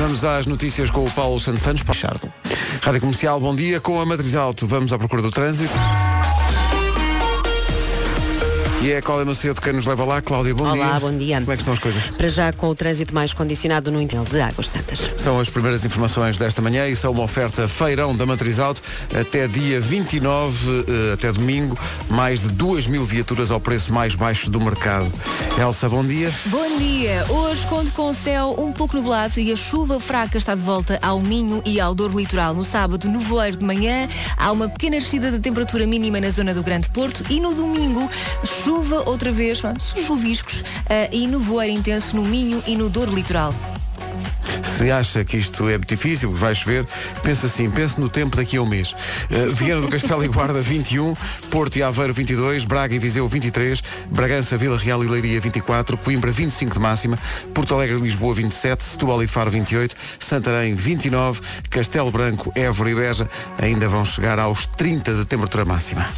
Vamos às notícias com o Paulo Santos Santos Pachardo. Rádio Comercial, bom dia. Com a Matriz Alto, vamos à procura do trânsito. E é a Cláudia Macedo quem nos leva lá. Cláudia, bom dia. Olá, bom dia. Como é que estão as coisas? Para já com o trânsito mais condicionado no interior de Águas Santas. São as primeiras informações desta manhã e são uma oferta feirão da Matriz Auto até dia 29, eh, até domingo, mais de 2 mil viaturas ao preço mais baixo do mercado. Elsa, bom dia. Bom dia! Hoje conto com o céu um pouco nublado e a chuva fraca está de volta ao Minho e ao Douro Litoral. No sábado, no voeiro de manhã, há uma pequena descida da temperatura mínima na zona do Grande Porto e no domingo, chuva outra vez, pronto, chuviscos eh, e no voeiro intenso no Minho e no Douro Litoral. Se acha que isto é muito difícil, que vai chover, pensa assim, pense no tempo daqui a um mês. Eh, Viana do Castelo e Guarda 21, Porto e Aveiro 22, Braga e Viseu 23, Bragança, Vila Real e Leiria 24, Coimbra 25 de máxima, Porto Alegre e Lisboa 27, Setúbal e Faro 28, Santarém 29, Castelo Branco, Évora e Beja ainda vão chegar aos 30 de temperatura máxima.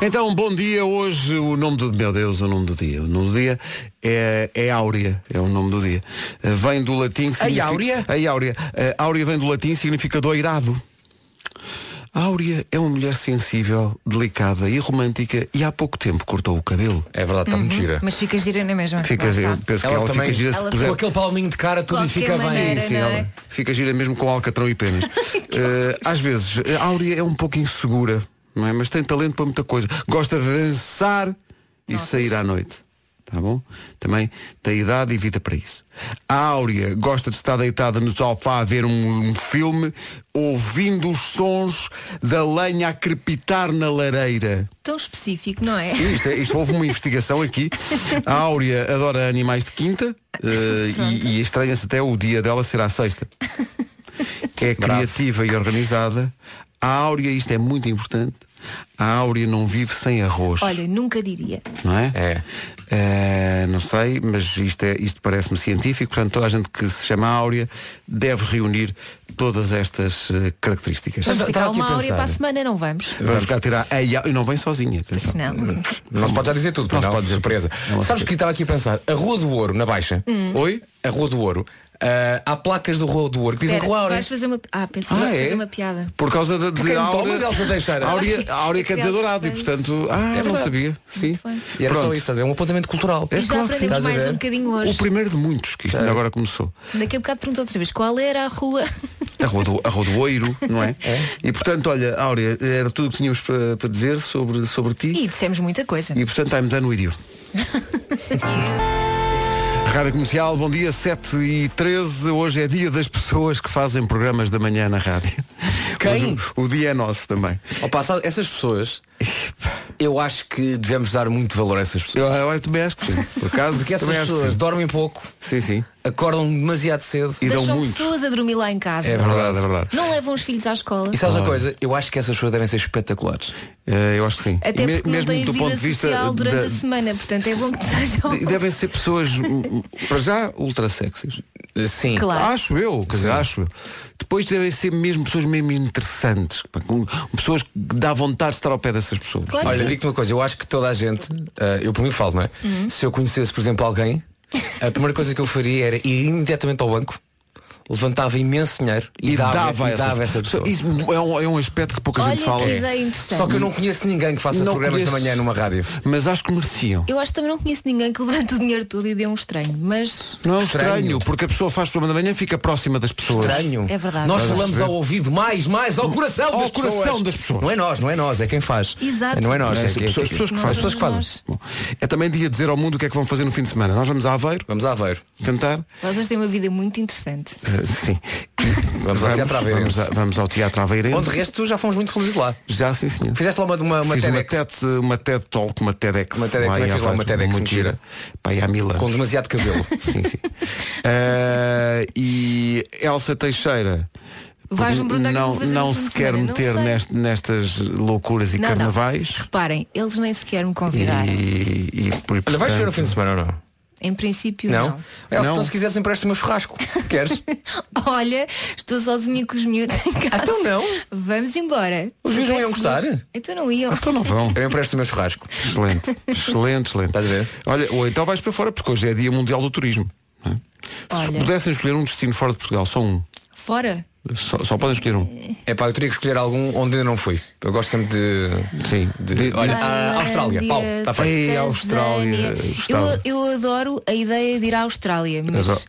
Então, bom dia. Hoje o nome do meu Deus, o nome do dia. O nome do dia é, é Áurea, é o nome do dia. Eh, Vem do latim que significa. Áurea? A Áurea. Eh, Áurea vem do latim significa doirado. Áurea é uma mulher sensível, delicada e romântica e há pouco tempo cortou o cabelo. É verdade, está Uhum. muito gira. Mas fica gira na mesma. Fica, Lá eu está. penso que Ela ela fica também- gira se ela puser. Com aquele palminho de cara tudo lhe Qualquer fica maneira, bem. Sim, sim, não é? ela- Fica gira mesmo com alcatrão e penas. Eh, às vezes, a Áurea é um pouco insegura, não é? mas tem talento para muita coisa. Gosta de dançar e sair à noite. Tá bom? Também tem idade e vida para isso. A Áurea gosta de estar deitada no sofá a ver um, um filme, ouvindo os sons da lenha a crepitar na lareira. Tão específico, não é? Sim, isto, é- isto houve uma investigação aqui. é- A Áurea adora animais de quinta eh, e, e estranha-se até o dia dela ser à sexta. É criativa e organizada. A Áurea, isto é muito importante, a Áurea não vive sem arroz. Olha, nunca diria. Não é? É. Eh, não sei, mas isto, é, isto parece-me científico, portanto toda a gente que se chama Áurea deve reunir todas estas eh, características. Vamos Estava ficar aqui a uma áurea pensar. para a semana, não vamos? Vamos cá tirar a Áurea. E não vem sozinha. atenção. Não. Não se pode já dizer tudo, Não é não, se pode pode dizer. surpresa. Sabes que estava aqui a pensar, a Rua do Ouro, na Baixa, Hum. Oi? a Rua do Ouro, ah, há placas do Rua do Ouro que dizem Espera, Rua Áurea. vais fazer uma. Ah, pensei que um Ah, vais é? fazer uma piada. Por causa de, de quem Áurea- toma, é mas Elsa Teixeira. Áurea, Áurea quer dizer Elsa dourado e fez. portanto, É ah, eu não verdade. sabia. Sim. Muito bem. E era Pronto. só isso, estás a ver? Um apontamento cultural. É E já claro que sim. aprendemos Estás a mais ver? um bocadinho hoje. O primeiro de muitos, que isto É. ainda agora começou. Daqui a bocado pergunto outra vez qual era a rua. A Rua do, a Rua do Oiro, não é? E portanto, olha, Áurea, era tudo o que tínhamos para, para dizer sobre, sobre ti. E dissemos muita coisa. E portanto, I'm done with you. Rádio Comercial, bom dia, 7 e 13. Hoje é dia das pessoas que fazem programas da manhã na rádio. Quem? Hoje O, o dia é nosso também. Opa, sabe, essas pessoas, eu acho que devemos dar muito valor a essas pessoas. Eu, Ah, eu também acho que sim. Por acaso, Porque essas também acho que pessoas sim. dormem pouco, Sim, sim. acordam demasiado cedo. E dão Deixam muito. pessoas a dormir lá em casa. É verdade, é verdade. Não levam os filhos à escola. E sabes uma coisa? Eu acho que essas pessoas devem ser espetaculares. Eh, eu acho que sim. Até E me- porque não têm vida social durante a semana, portanto é bom que sejam. de- devem ser pessoas, hum, para já, ultra sexys. Sim. Claro. Acho eu, quer dizer, acho eu. Depois devem ser mesmo pessoas mesmo interessantes, pá, com- pessoas que dá vontade de estar ao pé dessas pessoas. Claro que Olha, sim. digo-te uma coisa, eu acho que toda a gente, ah, eu por mim falo, não é? Uhum. Se eu conhecesse, por exemplo, alguém, a primeira coisa que eu faria era ir imediatamente ao banco, levantava imenso dinheiro e, dava, a e dava essa pessoa. É. Isso é um, é um aspecto que pouca Olha gente fala. que ideia interessante. Só que eu não conheço ninguém que faça Não programas da conheço. manhã numa rádio. Mas acho que mereciam. Eu acho que também não conheço ninguém que levante o dinheiro todo e dê um estranho, mas Não é um estranho, Estranho. porque a pessoa faz programa da manhã e fica próxima das pessoas. Estranho. É verdade. Nós Estás a falamos perceber? ao ouvido, mais, mais, ao coração Ao das pessoas. coração das pessoas. Não é nós, não é nós, é quem faz. Exato. Não é nós, Não é é, as quem- pessoas- as pessoas que fazem. As pessoas que fazem. Nós. Bom, é também dia de dizer ao mundo o que é que vão fazer no fim de semana. Nós vamos a Aveiro Vamos a ver. cantar. vocês têm uma vida muito interessante. Eh, sim. Vamos ao teatro vamos, Aveirense. a- vamos ao Teatro Aveirense. Onde de resto já fomos muito felizes lá. Já, sim, senhor. Fizeste lá uma, uma, uma fiz uma TEDx TED, uma TED Talk, uma TEDx. Uma TEDx, lá em também fiz lá Aveiro, uma TEDx Muito muito gira. gira. Pai, há mil anos. com demasiado cabelo. Sim, sim. Eh, e Elsa Teixeira. Vais me perguntar o que eu não vou fazer no não fim de se quer semana, não meter sei. nest- nestas loucuras e Não, não. carnavais. Reparem, eles nem sequer me E, convidaram. e, por- Olha, vais ver no portanto, fim de semana ou não? Em princípio, Não? não. Elsa, Não. então se quiseres empresta-me um churrasco. Queres? Olha, estou sozinha com os miúdos em casa. Então não. Vamos embora. Os Se miúdos não iam soubesse disso- gostar? Então não iam. Então não vão. Eu empresto o meu churrasco. Excelente, excelente, excelente. Estás a ver? Olha, ou então vais para fora, porque hoje é dia mundial do turismo. não é? Se Olha. pudessem escolher um destino fora de Portugal, só um. Fora? Só, só podem escolher um. É pá, eu teria que escolher algum onde ainda não fui. Eu gosto sempre de. Sim. de- Ah, olha, a Tailândia, Austrália, Paulo, está feito. Ei, Tanzânia. Austrália, gostava. Eu, eu adoro a ideia de ir à Austrália, mas Adoro,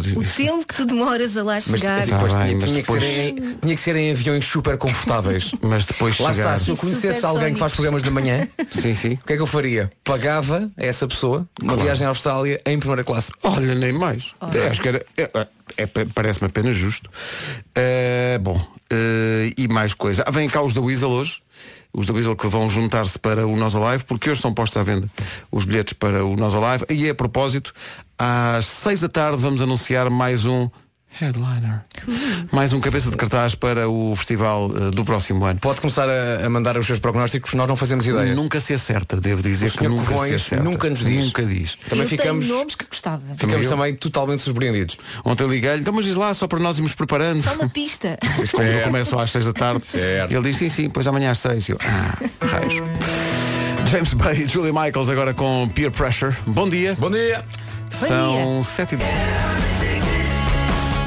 adoro o tempo que tu demoras a lá Mas chegar. assim, depois Tá bem, tinha, mas tinha que depois- ser em, tinha que ser em aviões super confortáveis. Mas depois Lá chegar. está, se eu E conhecesse alguém que faz supersónicos. programas da manhã, Sim, sim. o que é que eu faria? Pagava a essa pessoa uma viagem à Austrália em primeira classe. Olha, nem mais. Acho que era. É, é, é, Parece-me apenas justo. Eh, bom, eh, e mais coisa. Ah, vêm cá os da Weasel hoje. Os da Weasel que vão juntar-se para o Nós Alive, porque hoje são postos à venda os bilhetes para o Nós Alive. E é a propósito, às seis da tarde vamos anunciar mais um headliner. Mais um cabeça de cartaz para o festival eh, do próximo ano. Pode começar a, a mandar os seus prognósticos, nós não fazemos ideia. Nunca se acerta, devo dizer O que Sr. nunca se Covões acerta. nunca nos diz. Nunca diz. Também eu ficamos, tenho nomes que gostava. ficamos eu. também totalmente surpreendidos. Ontem liguei-lhe, então mas diz lá só para nós irmos preparando. Só uma pista. Como eu começo às 6 da tarde, Certo. ele diz sim, sim, pois amanhã às 6. Eu, ah, raios. James Bay e Julie Michaels agora com Peer Pressure. Bom dia. Bom dia! São 7 e 10.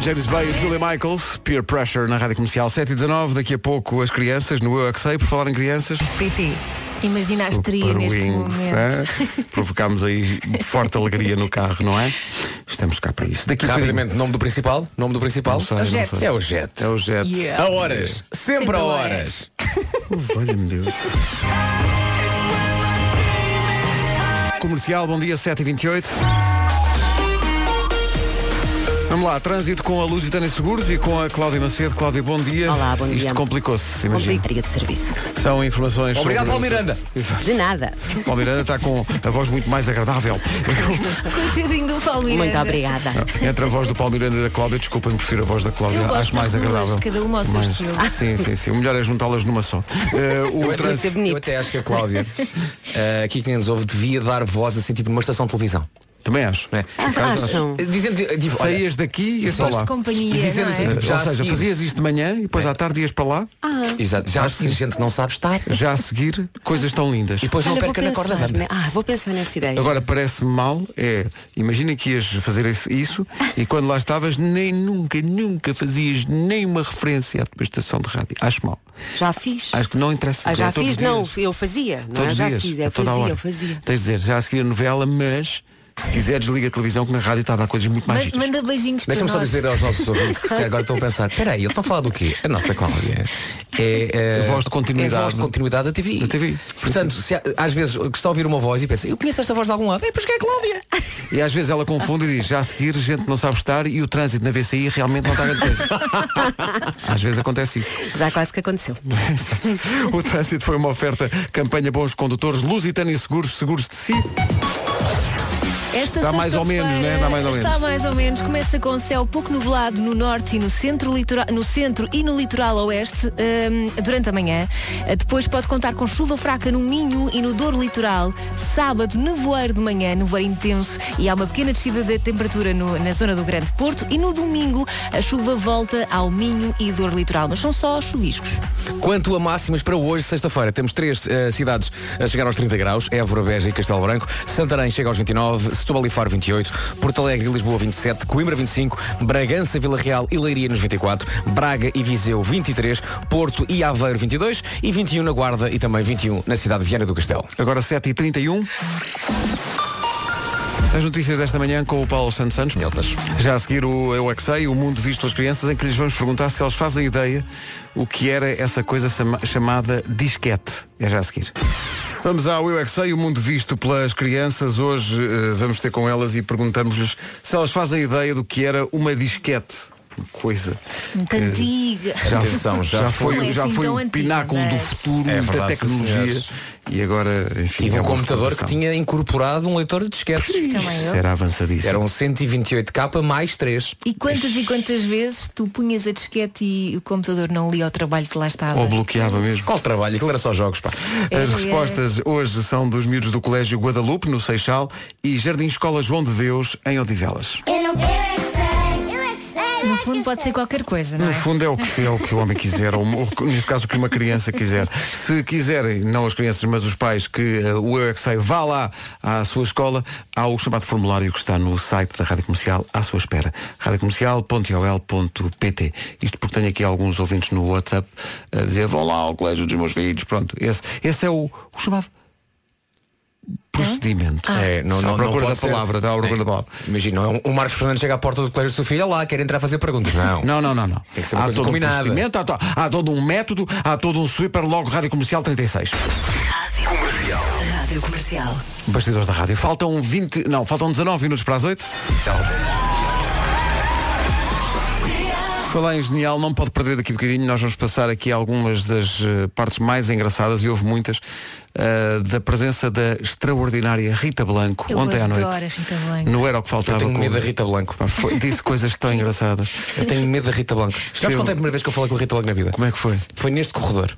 James Bay e Julie Michaels, Peer Pressure na Rádio Comercial 7 e 19. Daqui a pouco as crianças, no Eu é Que Sei, por falar em crianças. PT. Imagina a histeria Super neste Wings, momento. é? hã? Provocámos aí forte alegria no carro, não é? Estamos cá para isso. Daqui a Rapidamente, nome do principal? Nome do principal? bocadinho- Não sei, não Jet. sei. É o Jet. É o Jet. Yeah. A horas, sempre, Sempre a a horas. Valha-me Deus. Comercial, bom dia, 7h28. Vamos lá, trânsito com a Lusitânia Seguros e com a Cláudia Macedo. Cláudia, bom dia. Olá, bom Isto dia. complicou-se, imagino. Complicaria de serviço. São informações Obrigado, Paulo sobre... Miranda. De nada. Paulo Miranda está com a voz muito mais agradável. Coitadinho do Paulo Miranda. Muito obrigada. Entre a voz do Paulo Miranda e da Cláudia, desculpem, prefiro a voz da Cláudia. Eu gosto Acho mais das duas, agradável. cada uma ao seu Mais- estilo. Sim, sim, sim. O melhor é juntá-las numa só. Eh, o Eu trânsito... até, eu até acho que a Cláudia, eh, aqui que nos ouve, devia dar voz assim, tipo numa estação de televisão. Também acho. Né? Ah, acham? Dizendo, eh, tipo, olha, Saías daqui e ias para Só lá. De companhia, Dizendo não assim, é? tipo, já Ou seja, seguimos. fazias isto de manhã e depois à tarde ias para lá, Ah, Exato, já acho que a gente não sabe estar. E já a seguir, coisas tão lindas. É. depois não Olha, vou perca na corda pensar, bamba. né? Ah, vou pensar nessa ideia. Agora parece-me mal, é, imagina que ias fazer esse- isso e quando lá estavas nem nunca, nunca fazias nenhuma referência à tua estação de rádio. Acho mal. Já fiz. Acho que não interessa. Ah, É já todos fiz, os dias. não, eu fazia. Não, Todos é? os já dias, fiz, eu a toda a fazia, hora. eu fazia. Tens de dizer, já a seguir a novela, mas se quiser desliga a televisão que na rádio está a dar coisas muito mais Man- giras. Manda beijinhos para Deixa-me nós. só dizer aos nossos ouvintes que se calhar agora estão a pensar, peraí, eles estão a falar do quê? A nossa Cláudia é, eh, A voz de continuidade. é a voz de continuidade da TV. Da TV. Portanto, se há- às vezes que está a ouvir uma voz e pensa, eu conheço esta voz de algum lado, é porque é a Cláudia. E às vezes ela confunde e diz, já a seguir gente não sabe estar e o trânsito na VCI realmente não está a grande coisa. às vezes acontece isso. Já quase que aconteceu. Exato. o trânsito foi uma oferta campanha Bons Condutores, Lusitânia Seguros, Seguros de Si. Esta Dá mais ou menos, sexta-feira né? Dá mais ou menos. Está mais ou menos. Começa com céu pouco nublado no norte e no centro, litora- no centro e no litoral oeste hum, durante a manhã. Eh, Depois pode contar com chuva fraca no Minho e no Douro Litoral. Sábado, nevoeiro de manhã, nevoeiro intenso e há uma pequena descida da temperatura no- na zona do Grande Porto. E no domingo a chuva volta ao Minho e Douro Litoral, mas são só chuviscos. Quanto a máximas para hoje, sexta-feira, temos três eh, cidades a chegar aos 30 graus, Évora, Beja e Castelo Branco, Santarém chega aos 29, Setúbal e Faro 28, Porto Alegre e Lisboa 27, Coimbra 25, Bragança, Vila Real e Leiria nos 24, Braga e Viseu 23, Porto e Aveiro 22 e 21 na Guarda e também 21 na cidade de Viana do Castelo. Agora 7h31. As notícias desta manhã com o Paulo Santos Santos. Miltas. Já a seguir o Eu É Que Sei, o mundo visto pelas crianças, em que lhes vamos perguntar se eles fazem ideia o que era essa coisa sama- chamada disquete. É já a seguir. Vamos ao Eu É Que Sei, o mundo visto pelas crianças. Hoje eh, vamos ter com elas e perguntamos-lhes se elas fazem ideia do que era uma disquete. Uma coisa. Muito antiga. Eh, Já, Atenção, já já foi, foi. já Não é assim foi tão o antiga, pináculo do mas- futuro, É da verdade, tecnologia. sim, E agora, enfim. Tive é um uma computador que revolução. tinha incorporado um leitor de disquetes. Também eu. Isso era avançadíssimo. Eram 128k mais 3. E quantas e quantas vezes tu punhas a disquete e o computador não lia o trabalho que lá estava? Ou bloqueava mesmo. Qual trabalho? Aquilo era só jogos, pá. As Era. respostas hoje são dos miúdos do Colégio Guadalupe, no Seixal, e Jardim Escola João de Deus, em Odivelas. Eu não eu é que sei, eu é que sei, No fundo pode ser qualquer coisa, não No é? fundo é o que, é o, que o homem quiser, ou, ou, neste caso o que uma criança quiser. Se quiserem, não as crianças, mas os pais, que eh, o Eu é que sei, vá lá à sua escola, há o chamado formulário que está no site da Rádio Comercial à sua espera. radiocomercial.ol.pt Isto porque tenho aqui alguns ouvintes no WhatsApp a dizer vão lá ao colégio dos meus filhos. Pronto, esse, esse é o, o chamado procedimento. É, não, não, À procura não da pode ser. palavra, tá, à procura É. da palavra. Imagina, um- o Marcos Fernandes chega à porta do colégio de Sofia, lá, quer entrar a fazer perguntas. Não. Não, não, não, não. Tem que ser uma há coisa todo combinada. um procedimento, há, to- há todo um método, há todo um sweeper logo Rádio Comercial 36. Rádio Comercial. Bastidores da rádio. Faltam 20, não, faltam 19 minutos para as 8. Falar em genial, não pode perder daqui a bocadinho. Nós vamos passar aqui algumas das eh, partes mais engraçadas, e houve muitas, eh, da presença da extraordinária Rita Blanco Eu ontem à adoro noite. a Rita Blanco. Não era o que faltava. Eu tenho com- medo da Rita Blanco. Pá, foi- disse coisas tão engraçadas. Eu tenho medo da Rita um- Blanco. Já vos Eu- contei é a primeira vez que eu falei com a Rita Blanco na vida. Como é que foi? Foi neste corredor.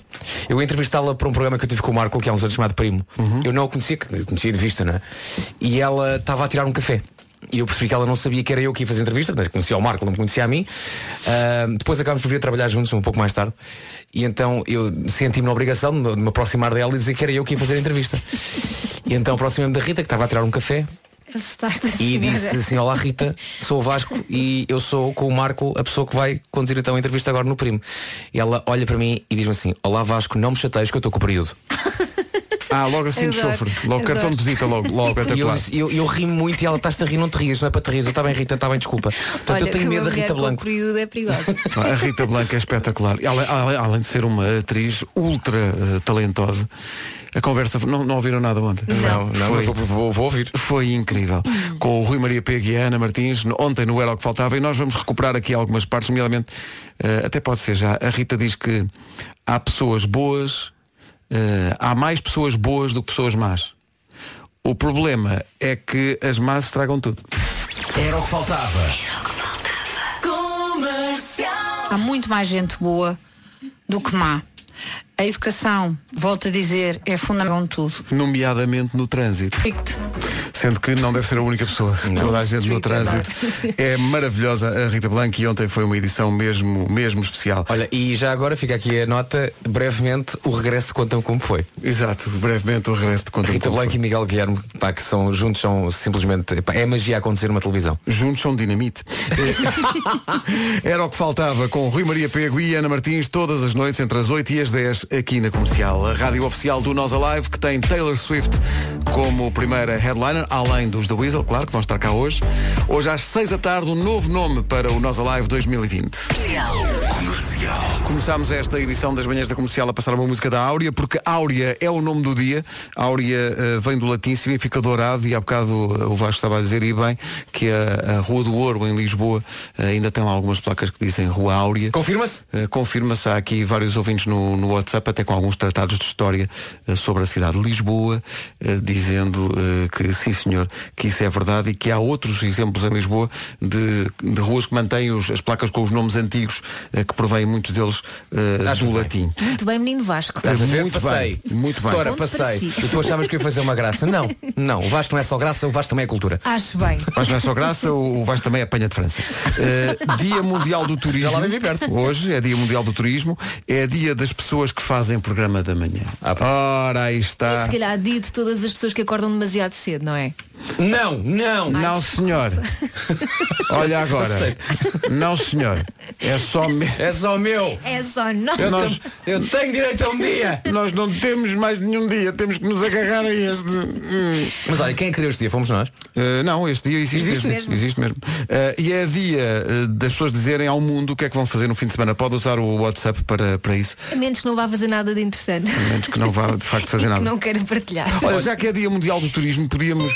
Eu ia entrevistá-la para um programa que eu tive com o Marco, que há uns anos chamado Primo. Eu não a conhecia, que- eu conhecia de vista, não é? E ela estava a tirar um café. E eu percebi que ela não sabia que era eu que ia fazer a entrevista, mas conhecia o Marco, não me conhecia a mim. Ah, depois acabámos por vir a trabalhar juntos um pouco mais tarde. E então eu senti-me na obrigação de me- de me aproximar dela e dizer que era eu que ia fazer a entrevista. E então aproximei-me da Rita, que estava a tirar um café, Assustaste e disse assim, olá Rita, sou o Vasco e eu sou com o Marco a pessoa que vai conduzir então a entrevista agora no primo. E ela olha para mim e diz-me assim, olá Vasco, não me chateias que eu estou com o período. Ah, logo assim de Adoro, chofre. Logo adoro. cartão de visita, logo, logo até E eu, claro. disse- eu, eu ri muito e ela estás-te a rir, não te rias, não é para te rir, está bem Rita, está bem desculpa. Portanto eu tenho medo da Rita Blanco. período é perigosa. A Rita Blanca é espetacular. Ela, ale- além de ser uma atriz ultra eh, talentosa, a conversa não, não ouviram nada ontem. Não, não, Foi- eu vou, vou- vou ouvir. foi incrível. Com o Rui Maria Pega e a Ana Martins, no- ontem no Era o que Faltava, e nós vamos recuperar aqui algumas partes, nomeadamente, eh, até pode ser já. A Rita diz que há pessoas boas, eh, há mais pessoas boas do que pessoas más. O problema é que as más estragam tudo. Era o que faltava. Há muito mais gente boa do que má. A educação, volto a dizer, é fundamental em tudo. Nomeadamente no trânsito. Fique-te. Sendo que não deve ser a única pessoa. Toda a gente no trânsito. É maravilhosa a Rita Blanco e ontem foi uma edição mesmo, mesmo especial. Olha, e já agora fica aqui a nota, brevemente, o regresso de contam como foi. Exato, brevemente o regresso de conta. Rita Blanco e Miguel Guilherme, pá, que são juntos, são simplesmente, pá, é magia a acontecer numa televisão. Juntos são dinamite. Era o que faltava com Rui Maria Pego e Ana Martins todas as noites entre as 8 e as 10 aqui na Comercial. A rádio oficial do Nós Alive que tem Taylor Swift como primeira headliner, além dos The Weasel, claro, que vão estar cá hoje. Hoje às 6 da tarde, um novo nome para o Nós Alive 2020. Começámos esta edição das manhãs da comercial a passar uma música da Áurea, porque Áurea é o nome do dia. Áurea eh, vem do latim, significa dourado, e há bocado eh, o Vasco estava a dizer, e bem, que a, a Rua do Ouro, em Lisboa, eh, ainda tem lá algumas placas que dizem Rua Áurea. Confirma-se? Eh, Confirma-se, há aqui vários ouvintes no, no WhatsApp, até com alguns tratados de história eh, sobre a cidade de Lisboa, eh, dizendo eh, que sim senhor, que isso é verdade e que há outros exemplos em Lisboa de, de ruas que mantêm os- as placas com os nomes antigos, eh, que provêm muitos deles eh, Acho do bem. latim. Muito bem, menino Vasco. Estás a ver? Muito passei. bem, muito bem. Estoura, Ponto passei. para si. E tu achavas que eu ia fazer uma graça? Não, não. O Vasco não é só graça, o Vasco também é cultura. Acho bem. Mas não é só graça, o o Vasco também apanha de França. Eh, dia Mundial do Turismo. lá vivi perto. Hoje é Dia Mundial do Turismo, é dia das pessoas que fazem programa da manhã. Ah, pá. Ora, aí E está. se calhar dia de todas as pessoas que acordam demasiado cedo, não é? Não, não. Não, senhor. Olha agora. Não, senhor. É só me... É só meu. É só nós. Eu, Nós- tam- eu tenho direito a um dia. Nós não temos mais nenhum dia, temos que nos agarrar a este. Hum. Mas olha, quem é criou este dia? Fomos nós. Uh, não, este dia existe, Existe mesmo. Existe mesmo. Uh, e é dia uh, das pessoas dizerem ao mundo o que é que vão fazer no fim de semana. Pode usar o WhatsApp para, para isso, A menos que não vá fazer nada de interessante. a menos que não vá de facto fazer E nada. que não quero partilhar. Olha, já que é dia mundial do turismo, podíamos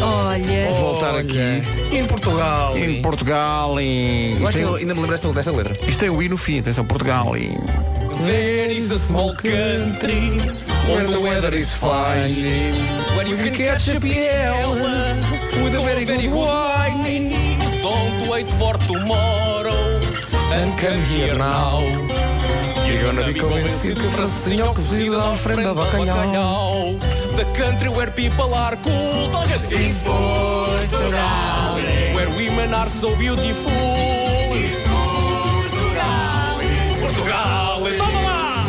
Olha. voltar aqui Em Portugal. em Portugal em. Eu acho Isto que eu tem, ainda me lembraste desta letra. isto tem o I no fim, atenção, Portugal em. There is a small country where the weather is fine. Where you can catch a PL with a very good wine. Don't wait for tomorrow and come here now. You're gonna be convencido que a francesinha cozida à frente da bacalhau. The country where people are cool. Toda a gente. It's Portugal. Where women are so beautiful. Valley. Toma lá!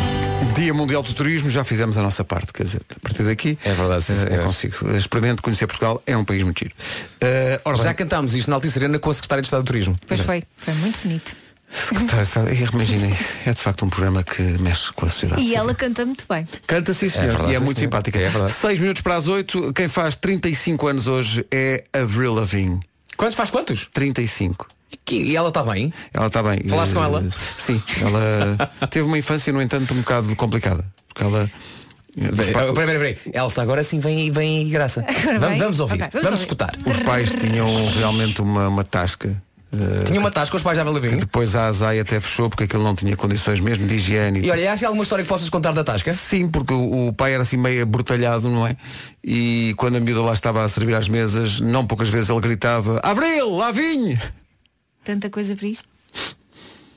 Dia Mundial do Turismo, já fizemos a nossa parte, quer dizer, a partir daqui É verdade, sim, eh, senhor. eu consigo. Experimente conhecer Portugal, é um país muito giro. Eh, ora Já bem, cantámos isto na Altice Serena com a Secretária de Estado do Turismo. Pois foi, foi muito bonito. secretário de Estado, eu imaginei, eh, é de facto um programa que mexe com a sociedade. E ela canta muito bem. Canta sim, senhor. É verdade, e é sim, muito senhor. simpática. É verdade. 6 minutos para as 8, quem faz 35 anos hoje é Avril Lavigne. Quantos faz quantos? 35. Que- E ela está bem? Ela está bem. Falaste com ela? Eh, Sim, ela teve uma infância, no entanto, um bocado complicada. Porque ela. eh, os Peraí, pa- peraí, peraí. Elsa, agora sim vem, vem aí graça. Vamos, vem? vamos ouvir, Ok, vamos, vamos ouvir. escutar. Os pais tinham realmente uma, uma tasca. eh, Tinha uma tasca, os pais já vão que vir. depois a ASAI até fechou porque aquilo não tinha condições mesmo de higiene. E olha, há assim alguma história que possas contar da tasca? Sim, porque o o pai era assim meio abortalhado, não é? E quando a miúda lá estava a servir às mesas, não poucas vezes ele gritava Avril, lá vinho! Tanta coisa para isto.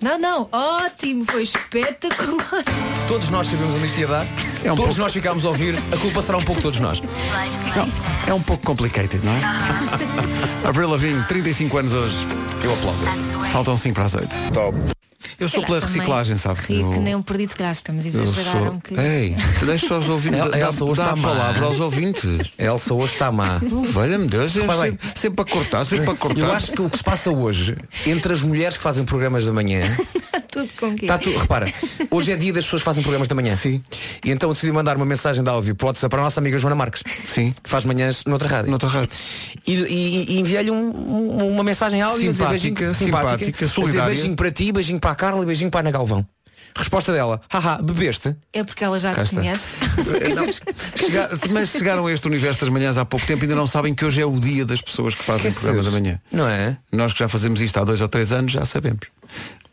Não, não, ótimo, foi espetacular. Todos nós sabemos onde isto ia dar. É um todos pouco. nós ficámos a ouvir. A culpa será um pouco de todos nós. É um pouco complicated, não é? Avril Lavigne, 35 anos hoje. Eu aplaudo. Faltam 5 para as 8. Top. Eu Sei sou lá, pela também reciclagem, sabe? Ri Eu- que nem um perdido de graça, estamos a eu exagerar sou- É. um bocadinho. Ei, deixa os ouvintes. Ela- Dá, Elsa hoje dá está a má. palavra aos ouvintes. A Elsa hoje está má. Valha-me Deus, é Vai, vai. sempre, sempre a cortar, sempre a cortar. Eu acho que o que se passa hoje, entre as mulheres que fazem programas da manhã, tá Tudo com quê? Tá está tu, repara, hoje é dia das pessoas que fazem programas da manhã. Sim. E então eu decidi mandar uma mensagem de áudio para o WhatsApp para a nossa amiga Joana Marques. Sim. Que faz manhãs noutra rádio. Noutra rádio. E, e- e enviei-lhe um- um- uma mensagem áudio a dizer Simpática, beijinho- simpática, a dizer solidária. beijinho para ti, beijinho para a Carla e beijinho para a Ana Galvão. Resposta dela, haha, bebeste? É porque ela já Cá te está. conhece. Eh, Não, chega- mas chegaram a este universo das manhãs há pouco tempo e ainda não sabem que hoje é o dia das pessoas que fazem um programa da manhã. Não é? Nós que já fazemos isto há dois ou três anos já sabemos.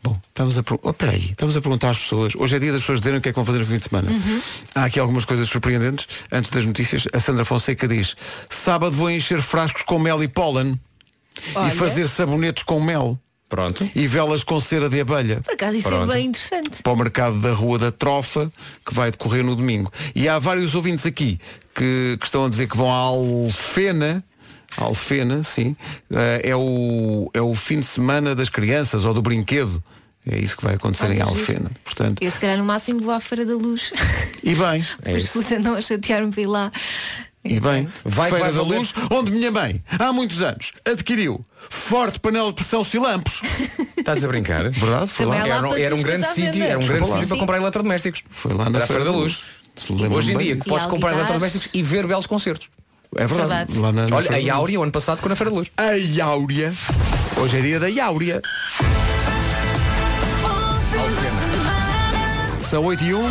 Bom, estamos a, per- oh, peraí, estamos a perguntar às pessoas. Hoje é dia das pessoas dizerem o que é que vão fazer no fim de semana. Uhum. Há aqui algumas coisas surpreendentes. Antes das notícias, a Sandra Fonseca diz: Sábado vou encher frascos com mel e pólen e Olha. fazer sabonetes com mel Pronto. e velas com cera de abelha Por acaso isso é bem interessante. para o mercado da Rua da Trofa, que vai decorrer no domingo. E há vários ouvintes aqui que, que estão a dizer que vão à Alfena. Alfena, sim. Eh, é, o, é o fim de semana das crianças ou do brinquedo. É isso que vai acontecer em que Alfena. Portanto, Eu se calhar no máximo vou à Feira da Luz. É e bem, Mas escuta não a chatear-me para ir lá. e bem. Vai- Feira vai da valer- Luz, onde minha mãe, há muitos anos, adquiriu forte panela de pressão Silampos. Estás a brincar? Verdade, Ah, foi Também lá. há lá Era, um- para era um discos grande à sítio, venda. era um grande Sim, sítio para sim. comprar eletrodomésticos. Foi lá na Era a Feira da Luz. Se lembram Hoje em bem dia disso. podes E há comprar guitarras. eletrodomésticos e ver belos concertos. É verdade. Verdade. Lá na- na Olha, Feira da a Luz. Áurea, o ano passado, com na Feira da Luz. A Áurea. Hoje é dia da Áurea. São 8 e 1.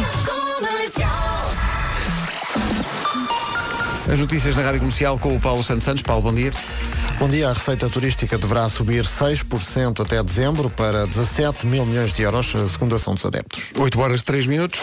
As notícias da Rádio Comercial com o Paulo Santos Santos. Paulo, bom dia. Bom dia. A receita turística deverá subir 6% até dezembro para 17 mil milhões de euros, segundo a ação dos adeptos. 8 horas 3 minutos.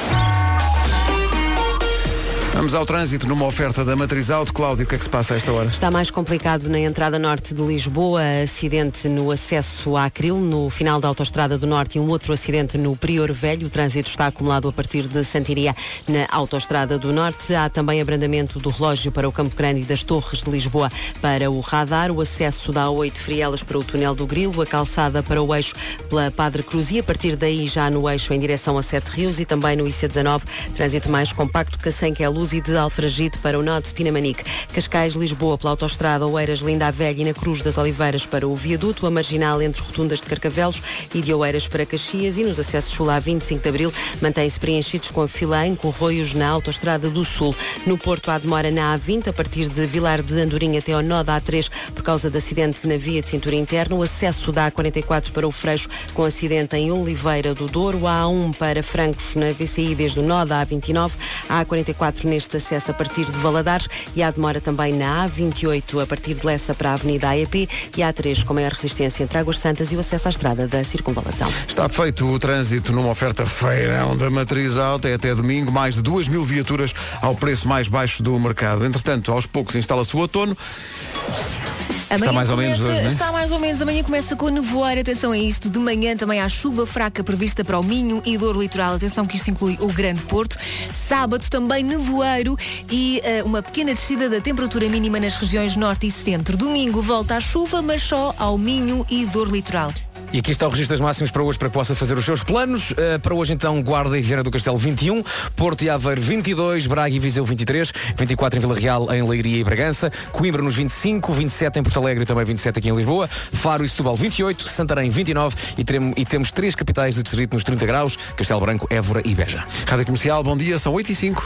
Vamos ao trânsito numa oferta da Matriz Auto. Cláudio, o que é que se passa a esta hora? Está mais complicado na entrada norte de Lisboa, acidente no acesso a Acril, no final da Autostrada do Norte e um outro acidente no Prior Velho. O trânsito está acumulado a partir de Santiria na Autostrada do Norte. Há também abrandamento do relógio para o Campo Grande e das Torres de Lisboa para o radar, o acesso da A8 Frielas para o Túnel do Grilo, a calçada para o eixo pela Padre Cruz e a partir daí já no eixo em direção a Sete Rios e também no IC19, trânsito mais compacto que sem que é luz e de Alfragide para o norte de Pinamanique. Cascais, Lisboa pela autostrada Oeiras, Linda a Velha e na Cruz das Oliveiras para o viaduto, a marginal entre rotundas de Carcavelos e de Oeiras para Caxias e nos acessos sul a 25 de Abril mantêm-se preenchidos com a fila em Corroios na autostrada do Sul. No Porto há demora na A20 a partir de Vilar de Andorinha até ao nó da A3 por causa de acidente na via de cintura interna, o acesso da A44 para o Freixo com acidente em Oliveira do Douro, A1 para Francos na VCI desde o nó da A29, a A44 neste acesso a partir de Valadares e há demora também na A28 a partir de Lessa para a Avenida AEP e A3 com maior resistência entre Águas Santas e o acesso à estrada da circunvalação. Está feito o trânsito numa oferta feirão da Matriz Alta. É até domingo mais de 2 mil viaturas ao preço mais baixo do mercado. Entretanto, aos poucos instala-se o outono. Amanhã mais ou começa- menos hoje, né? Está mais ou menos. Amanhã começa com nevoeiro. Atenção a isto. De manhã também há chuva fraca prevista para o Minho e Douro Litoral. Atenção que isto inclui o Grande Porto. Sábado também nevoeiro e eh, uma pequena descida da temperatura mínima nas regiões norte e centro. Domingo volta a chuva, mas só ao Minho e Douro Litoral. E aqui está o registro das máximas para hoje para que possa fazer os seus planos. Eh, para hoje então, Guarda e Viana do Castelo 21, Porto e Aveiro 22, Braga e Viseu 23, 24 em Vila Real, em Leiria e Bragança, Coimbra nos 25, 27 em Porto Alegre e também 27 aqui em Lisboa, Faro e Setúbal 28, Santarém 29 e, teremos- e temos três capitais de distrito nos 30 graus, Castelo Branco, Évora e Beja. Rádio Comercial, bom dia, são 8 e 5.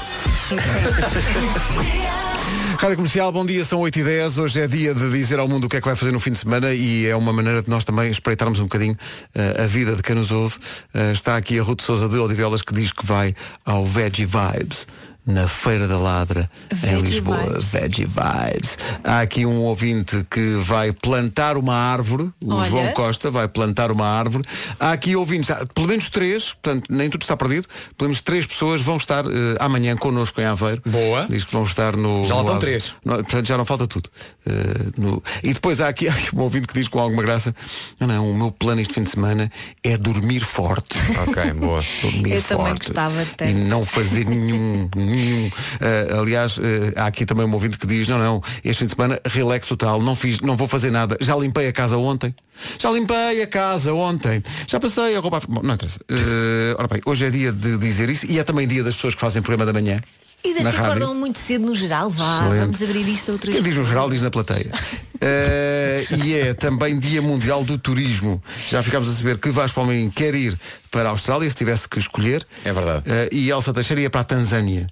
Rádio Comercial, bom dia, são 8 e 10 Hoje é dia de dizer ao mundo o que é que vai fazer no fim de semana e é uma maneira de nós também espreitarmos um bocadinho eh, a vida de quem nos ouve. Eh, está aqui a Ruth Souza de Olivelas que diz que vai ao Veggie Vibes. Na Feira da Ladra, em Veggie Lisboa. Vibes. Veggie Vibes. Há aqui um ouvinte que vai plantar uma árvore, o Olha. João Costa vai plantar uma árvore. Há aqui ouvintes, há pelo menos três, portanto nem tudo está perdido, pelo menos três pessoas vão estar eh, amanhã connosco em Aveiro. Boa. Diz que vão estar no. Já lá no estão Ave- três. no- portanto, já não falta tudo. Eh, no- E depois há aqui, há aqui um ouvinte que diz com alguma graça, não, não, o meu plano este fim de semana é dormir forte. Ok, boa. Dormir Eu também Um forte gostava de ter. E não fazer nenhum, nenhum. Eh, aliás, eh, há aqui também um ouvinte que diz, não, não, este fim de semana relax total, não fiz, não vou fazer nada. Já limpei a casa ontem. Já limpei a casa ontem. Já passei a roupa. à f- Bom, não interessa. Eh, ora bem, hoje é dia de dizer isso e é também dia das pessoas que fazem programa da manhã. E das na que rádio. acordam muito cedo no geral, vá, Excelente. vamos abrir isto a outras Quem diz no geral diz na plateia. Eh, e é também Dia Mundial do Turismo. Já ficámos a saber que Vasco Palmeirinho quer ir para a Austrália, se tivesse que escolher. É verdade. Eh, e Elsa Teixeira ia para a Tanzânia.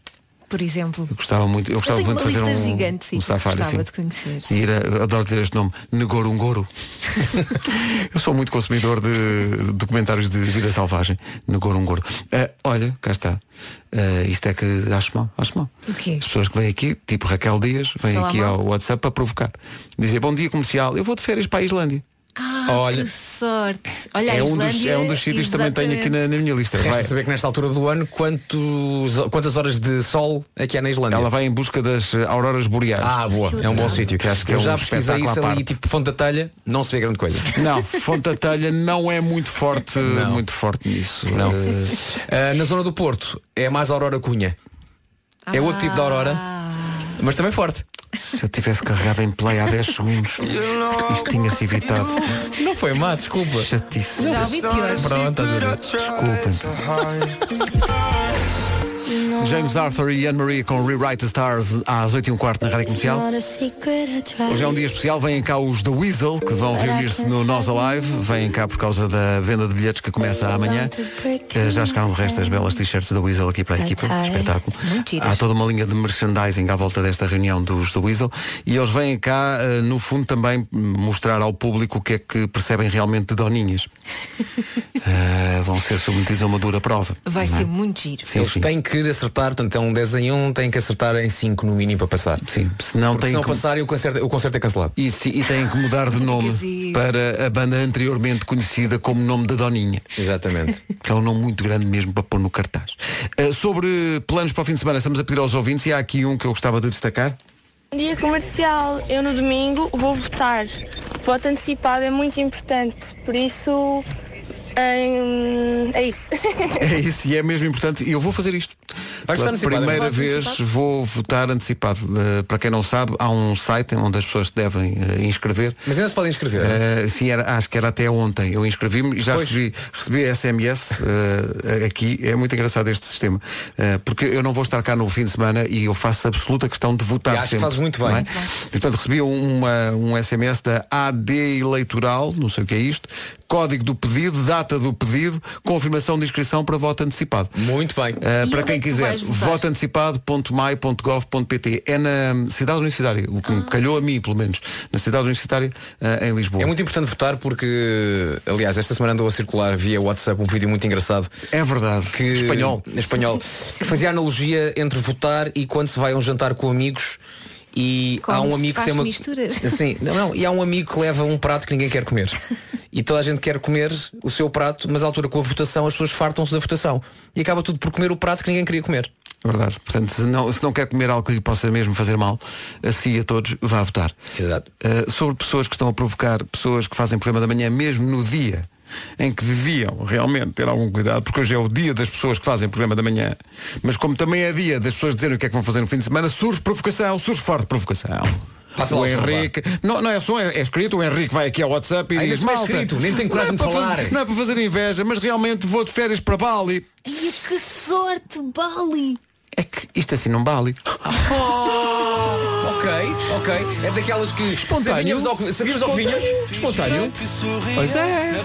por exemplo. Eu gostava muito, eu gostava tenho muito uma de fazer lista um, gigante, sim, um que safari. gostava sim. de conhecer. E ir a- adoro dizer este nome, Negorungoro. eu sou muito consumidor de documentários de vida selvagem. Negorungoro. Eh, olha, cá está. Eh, isto é que acho mal, acho mal. O quê? As pessoas que vêm aqui, tipo Raquel Dias, vêm Falar aqui mal? ao WhatsApp para provocar. Dizer bom dia comercial, eu vou de férias para a Islândia. Ah, Olha. que sorte. Olha, a é, um dos, Islândia, é um dos sítios que também tenho aqui na, na minha lista. Resta Vai- saber que nesta altura do ano quantos, quantas horas de sol é que há na Islândia? ela vai em busca das eh, auroras boreais. Ah, boa, é um bom sítio. Que acho que eu é já um pesquisei espetáculo isso à ali, parte. tipo fonte da telha, não se vê grande coisa. Não, fonte da telha não é muito forte, Não. muito forte nisso. Não. Eh, Ah, na zona do Porto é mais Aurora Cunha. É outro Ah. tipo de Aurora, mas também forte. se eu tivesse carregado em play há 10 segundos, isto tinha-se evitado. Não foi má, desculpa. Chatice. Já ouvi piores. Pronto, estás a ver. Desculpem. James Arthur e Anne-Marie com Rewrite the Stars às 8 e um quarto na Rádio Comercial. Hoje é um dia especial, vêm cá os The Weasel que vão reunir-se no Nós Alive Vêm cá por causa da venda de bilhetes que começa amanhã Eh, Já chegaram de resto as belas t-shirts da Weasel aqui para a é equipa é um um Espetáculo Muito giras. Há toda uma linha de merchandising à volta desta reunião dos The Weasel E eles vêm cá, eh, no fundo, também mostrar ao público o que é que percebem realmente de Doninhas Eh, Vão ser submetidos a uma dura prova Vai não é? ser muito giro. Sim, Eles sim. têm que acertar, portanto é um 10 em 1, têm que acertar em 5 no mínimo para passar. Sim, senão Porque têm se não que... passarem o concerto, o concerto é cancelado. E, se- e têm que mudar de nome isso. para a banda anteriormente conhecida como nome da Doninha. Exatamente. que é um nome muito grande mesmo para pôr no cartaz. Uh, sobre planos para o fim de semana, estamos a pedir aos ouvintes e há aqui um que eu gostava de destacar. Bom Dia comercial, eu no domingo vou votar. Voto antecipado é muito importante, por isso em- é isso. É isso, e é mesmo importante. E eu vou fazer isto. Vai votar Pela antecipado, primeira é mesmo? vez vou votar antecipado. Uh, para quem não sabe, há um site onde as pessoas se devem uh, inscrever. Mas ainda se podem inscrever. Uh, sim, era- acho que era até ontem. Eu inscrevi-me e já Pois. recebi, recebi SMS uh, aqui. É muito engraçado este sistema. Uh, porque eu não vou estar cá no fim de semana e eu faço absoluta questão de votar E acho que sempre. fazes muito bem. não é? Muito Portanto, recebi uma- um SMS da AD Eleitoral, não sei o que é isto, código do pedido, data do pedido, confirmação de inscrição para voto antecipado. Muito bem. Uh, E para onde quem é que tu quiser, vais votar? votoantecipado.mai.gov.pt É na cidade universitária, o que Ah. me calhou a mim, pelo menos, na cidade universitária uh, em Lisboa. É muito importante votar porque, Eh, aliás, esta semana andou a circular via WhatsApp um vídeo muito engraçado É verdade. que Espanhol. espanhol que fazia analogia entre votar e quando se vai a um jantar com amigos e Como há um se amigo que faz tem uma misturas. Sim, não, não, e há um amigo que leva um prato que ninguém quer comer e toda a gente quer comer o seu prato mas à altura com a votação as pessoas fartam-se da votação e acaba tudo por comer o prato que ninguém queria comer É Verdade. Portanto, se não, se não quer comer algo que lhe possa mesmo fazer mal, a si e a todos, vá votar. Exato. Uh, sobre pessoas que estão a provocar, pessoas que fazem programa da manhã mesmo no dia em que deviam realmente ter algum cuidado, porque hoje é o dia das pessoas que fazem programa da manhã, mas como também é dia das pessoas dizerem o que é que vão fazer no fim de semana, surge provocação, surge forte provocação. Passa lá o o som, vá. Henrique. Não, não é som, é, é escrito. O Henrique vai aqui ao WhatsApp e Ai, diz mas não é malta. escrito, nem não tenho coragem é de para falar." fazer- não é para fazer inveja, mas realmente vou de férias para Bali. Ai, que sorte, Bali! É que isto assim não Bali. Ah, Ok, ok. É daquelas que Espontâneo. sabíamos ao, que- sabíamos ao que vinhas. Espontâneo. Pois é.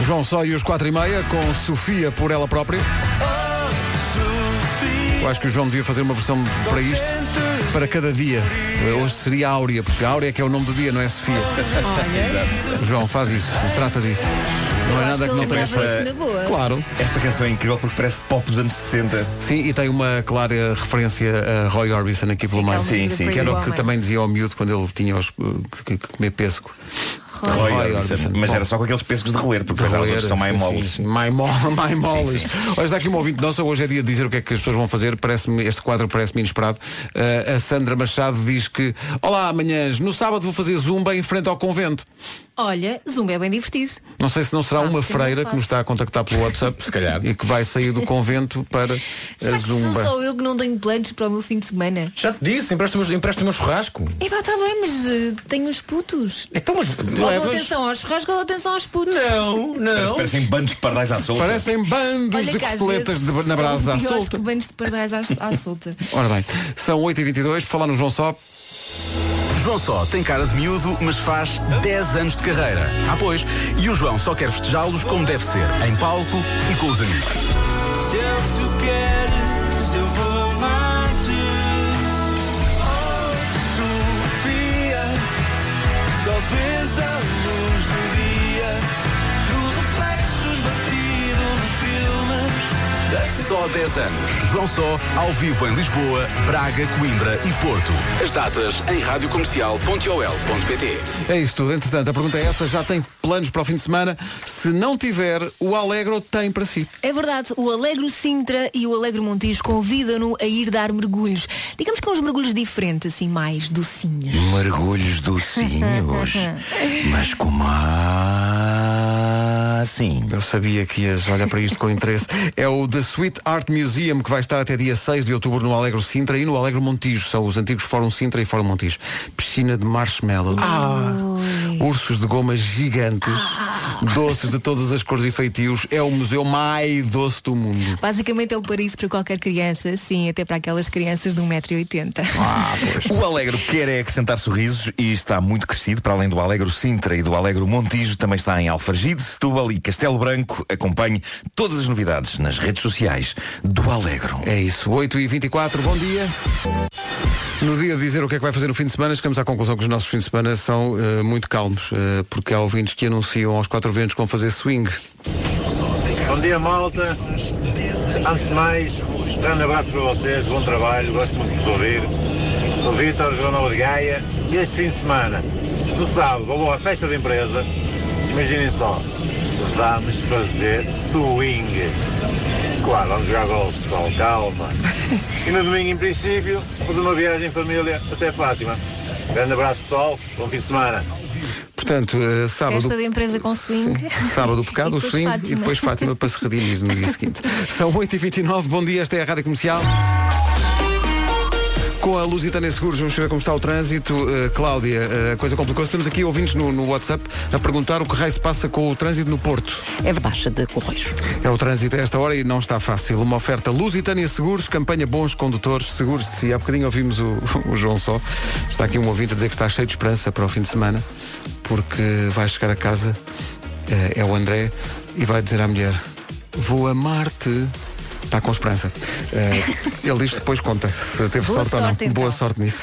João Só e os 4 e meia com Sofia por ela própria. Eu acho que o João devia fazer uma versão para isto, para cada dia. Eh, Hoje seria Áurea, porque Áurea é que é o nome do dia, não é Sofia. João, faz isso, trata disso. Não é acho nada que que não ele tenhas leva feito. isso na boa. Claro. Esta canção é incrível porque parece pop dos anos 60. Sim, e tem uma clara referência a Roy Orbison aqui pelo meio. Sim, sim, Que era o sim. que também dizia ao miúdo quando ele tinha os, eh, que, que comer pesco. Roy Roy Orbison. Orbison. Mas Bom. era só com aqueles pescos de roer, porque depois há os outros que são mais moles. Maimolas. Sim, Olha, está aqui um ouvinte nosso, hoje é dia de dizer o que é que as pessoas vão fazer, parece-me, este quadro parece-me inesperado. Uh, a Sandra Machado diz que, olá amanhãs, no sábado vou fazer zumba em frente ao convento. Olha, Zumba é bem divertido. Não sei se não será uma porque eu Ah, não freira que faço. nos está a contactar pelo WhatsApp, se calhar, e que vai sair do convento para Será a que sou zumba. só eu que não tenho planos para o meu fim de semana? Já te disse, empresta-me empresta o meu churrasco. Epá, está bem, mas eh, tenho os putos. Então, mas Ou dou levas. atenção aos churrascos ou dou atenção aos putos. Não, Parece- não. Parecem bandos de pardais à solta. Parecem bandos Olha de que às costeletas vezes de, na são brasa à piores solta. que banhos de pardais à, à solta. Ora bem, são 8h22, falar no João Só. João Só tem cara de miúdo, mas faz 10 anos de carreira. Ah, pois, e o João só quer festejá-los como deve ser, em palco e com os amigos. Só 10 anos. João Só, ao vivo em Lisboa, Braga, Coimbra e Porto. As datas em radiocomercial.ol.pt É isso tudo. Entretanto, a pergunta é essa. Já tem planos para o fim de semana? Se não tiver, o Alegro tem para si. É verdade, o Alegro Sintra e o Alegro Montijo convidam-no a ir dar mergulhos. Digamos que uns mergulhos diferentes, assim, mais docinhos. Mergulhos docinhos, mas como assim? Eu sabia que ias olhar para isto com interesse. É o The Sweet Art Museum que vai estar até dia 6 de outubro no Alegro Sintra e no Alegro Montijo. São os antigos Fórum Sintra e Fórum Montijo. Piscina de marshmallows. Ursos de goma gigantes. Doces de todas as cores e feitios. É o museu mais doce do mundo. Basicamente é o paraíso para qualquer criança, sim, até para aquelas crianças de 1,80m. O Alegro quer é acrescentar sorrisos e está muito crescido. Para além do Alegro Sintra e do Alegro Montijo, também está em Alfargide, Setúbal e Castelo Branco. Acompanhe todas as novidades nas redes sociais do Alegro. É isso, 8 e 24 bom dia. No dia de dizer o que é que vai fazer no fim de semana, chegamos à conclusão que os nossos fins de semana são eh, muito calmos, eh, porque há ouvintes que anunciam aos quatro ventos que vão fazer swing. Bom dia, malta. Antes de mais, um grande abraço para vocês, bom trabalho, gosto muito de vos ouvir. Sou Vítor, João Nova de Gaia, e este fim de semana, no sábado, vou à festa da empresa. Imaginem só, vamos fazer swing. Claro, vamos jogar golfe, pessoal, calma. E no domingo, em princípio, fazer uma viagem em família até Fátima. Grande abraço, pessoal, bom fim de semana. Portanto, eh, sábado. Festa da empresa com swing. Sim, sábado o E pecado, o depois swing e Fátima. depois Fátima para se redimir no dia seguinte. São 8h29, bom dia, esta é a Rádio Comercial. Com a Lusitânia Seguros, vamos saber como está o trânsito. Eh, Cláudia, eh, a coisa complicou-se. Temos aqui ouvintes no, no WhatsApp a perguntar o que raio se passa com o trânsito no Porto. É baixa de Correios. É o trânsito a esta hora e não está fácil. Uma oferta Lusitânia Seguros, campanha Bons Condutores, Seguros de Si. Há bocadinho ouvimos o, o João Só. Está aqui um ouvinte a dizer que está cheio de esperança para o fim de semana, porque vai chegar a casa, eh, é o André, e vai dizer à mulher, vou amar-te. Está com esperança. Eh, ele diz que depois conta se teve Boa sorte, ou não. sorte, então. Boa sorte nisso.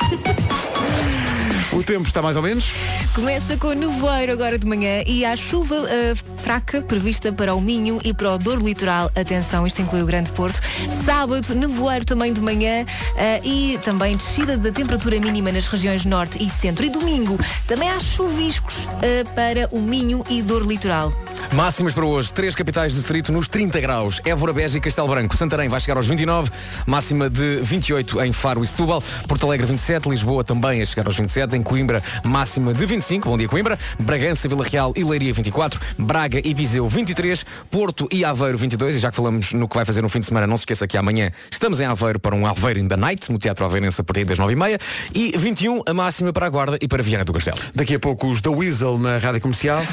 O tempo está mais ou menos? Começa com nevoeiro agora de manhã e há chuva eh, fraca prevista para o Minho e para o Douro Litoral. Atenção, isto inclui o Grande Porto. Sábado, nevoeiro também de manhã eh, e também descida da temperatura mínima nas regiões norte e centro. E domingo também há chuviscos eh, para o Minho e Douro Litoral. Máximas para hoje. Três capitais de distrito nos 30 graus. Évora, Beja e Castelo Branco. Santarém vai chegar aos 29. Máxima de 28 em Faro e Setúbal. Porto Alegre 27. Lisboa também a chegar aos 27. Em Coimbra, máxima de 25. Bom dia, Coimbra. Bragança, Vila Real e Leiria 24. Braga e Viseu 23. Porto e Aveiro 22. E já que falamos no que vai fazer no fim de semana, não se esqueça que amanhã estamos em Aveiro para um Aveiro in the Night, no Teatro Aveirense a partir das 9h30. E 21 a máxima para a Guarda e para Viana do Castelo. Daqui a pouco os The Weasel na Rádio Comercial.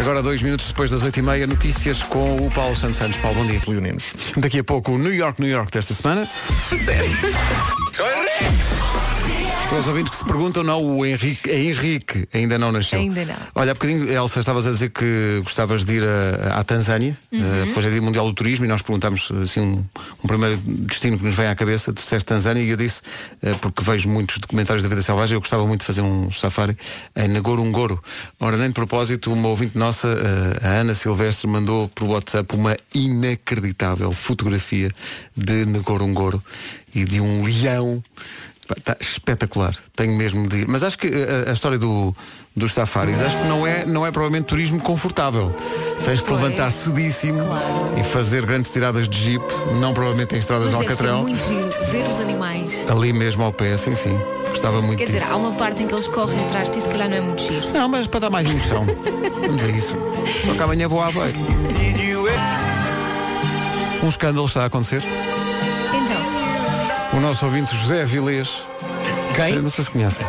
Agora, dois minutos depois das oito e meia, notícias com o Paulo Santos Santos. Paulo, bom dia. Leoninos. Daqui a pouco, o New York, New York desta semana. Para os ouvintes que se perguntam, não, o Henrique, é Henrique ainda não nasceu. Ainda não. Olha, há bocadinho, Elsa, estavas a dizer que gostavas de ir a- à Tanzânia, Uhum. eh, depois é Dia Mundial do Turismo, e nós perguntámos assim, um, um primeiro destino que nos vem à cabeça, tu disseste Tanzânia, e eu disse, eh, porque vejo muitos documentários da vida selvagem, eu gostava muito de fazer um safari em Nagorongoro. Ora, nem de propósito, uma ouvinte nossa, eh, a Ana Silvestre, mandou por WhatsApp uma inacreditável fotografia de Nagorongoro e de um leão Pá, Tá espetacular, tenho mesmo de ir. Mas acho que eh, a, a história do, dos safaris acho que não é, não é provavelmente turismo confortável. Tens de te Pois. levantar cedíssimo e fazer grandes tiradas de jeep, não provavelmente em estradas Mas de deve ser Alcatrão. muito giro ver os animais. Ali mesmo ao pé, sim, sim. Gostava muito Quer disso. dizer, há uma parte em que eles correm atrás de ti, se calhar não é muito giro. Não, mas para dar mais emoção. Vamos a isso. Só que amanhã vou à Aveiro. Um escândalo está a acontecer. Então, O nosso ouvinte José Vilês. Quem? Não sei se conhecem.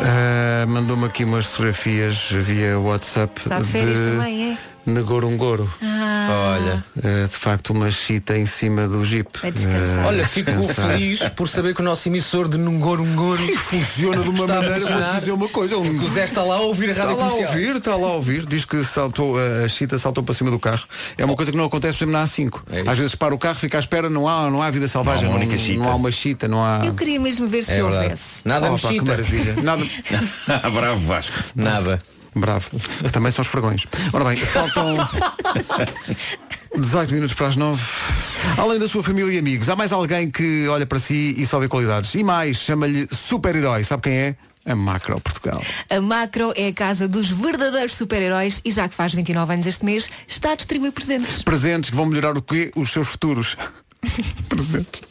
Ah, Mandou-me aqui umas fotografias via WhatsApp está de férias também, é? Nagorongoro. Ah, Olha. Ah, de facto, uma chita em cima do jeep. Vai descansar. Ah, Olha, fico descansar. feliz por saber que o nosso emissor de Nungorungoro Funciona de uma Está a maneira, vou funcionar. dizer uma coisa. Um... que o Zé está lá a ouvir a Está rádio lá a comercial. ouvir, está lá a ouvir. Diz que saltou, eh, a a chita saltou para cima do carro. É uma coisa que não acontece por exemplo na A5. Oh. É isso. Às vezes para o carro, fica à espera, não há, não há vida selvagem. Não há uma única chita. não há uma chita, não há. Eu queria mesmo ver se É verdade. houvesse. Nada Oh, me pá, que chita. maravilha. Nada... Ah, Bravo Vasco. Nada. Bravo. Também são os fragões. Ora bem, faltam 18 minutos para as 9. Além da sua família e amigos, há mais alguém que olha para si e só vê qualidades. E mais, chama-lhe super-herói. Sabe quem é? A Macro Portugal. A Macro é a casa dos verdadeiros super-heróis e já que faz 29 anos este mês, está a distribuir presentes. Presentes que vão melhorar o quê? Os seus futuros. Presentes.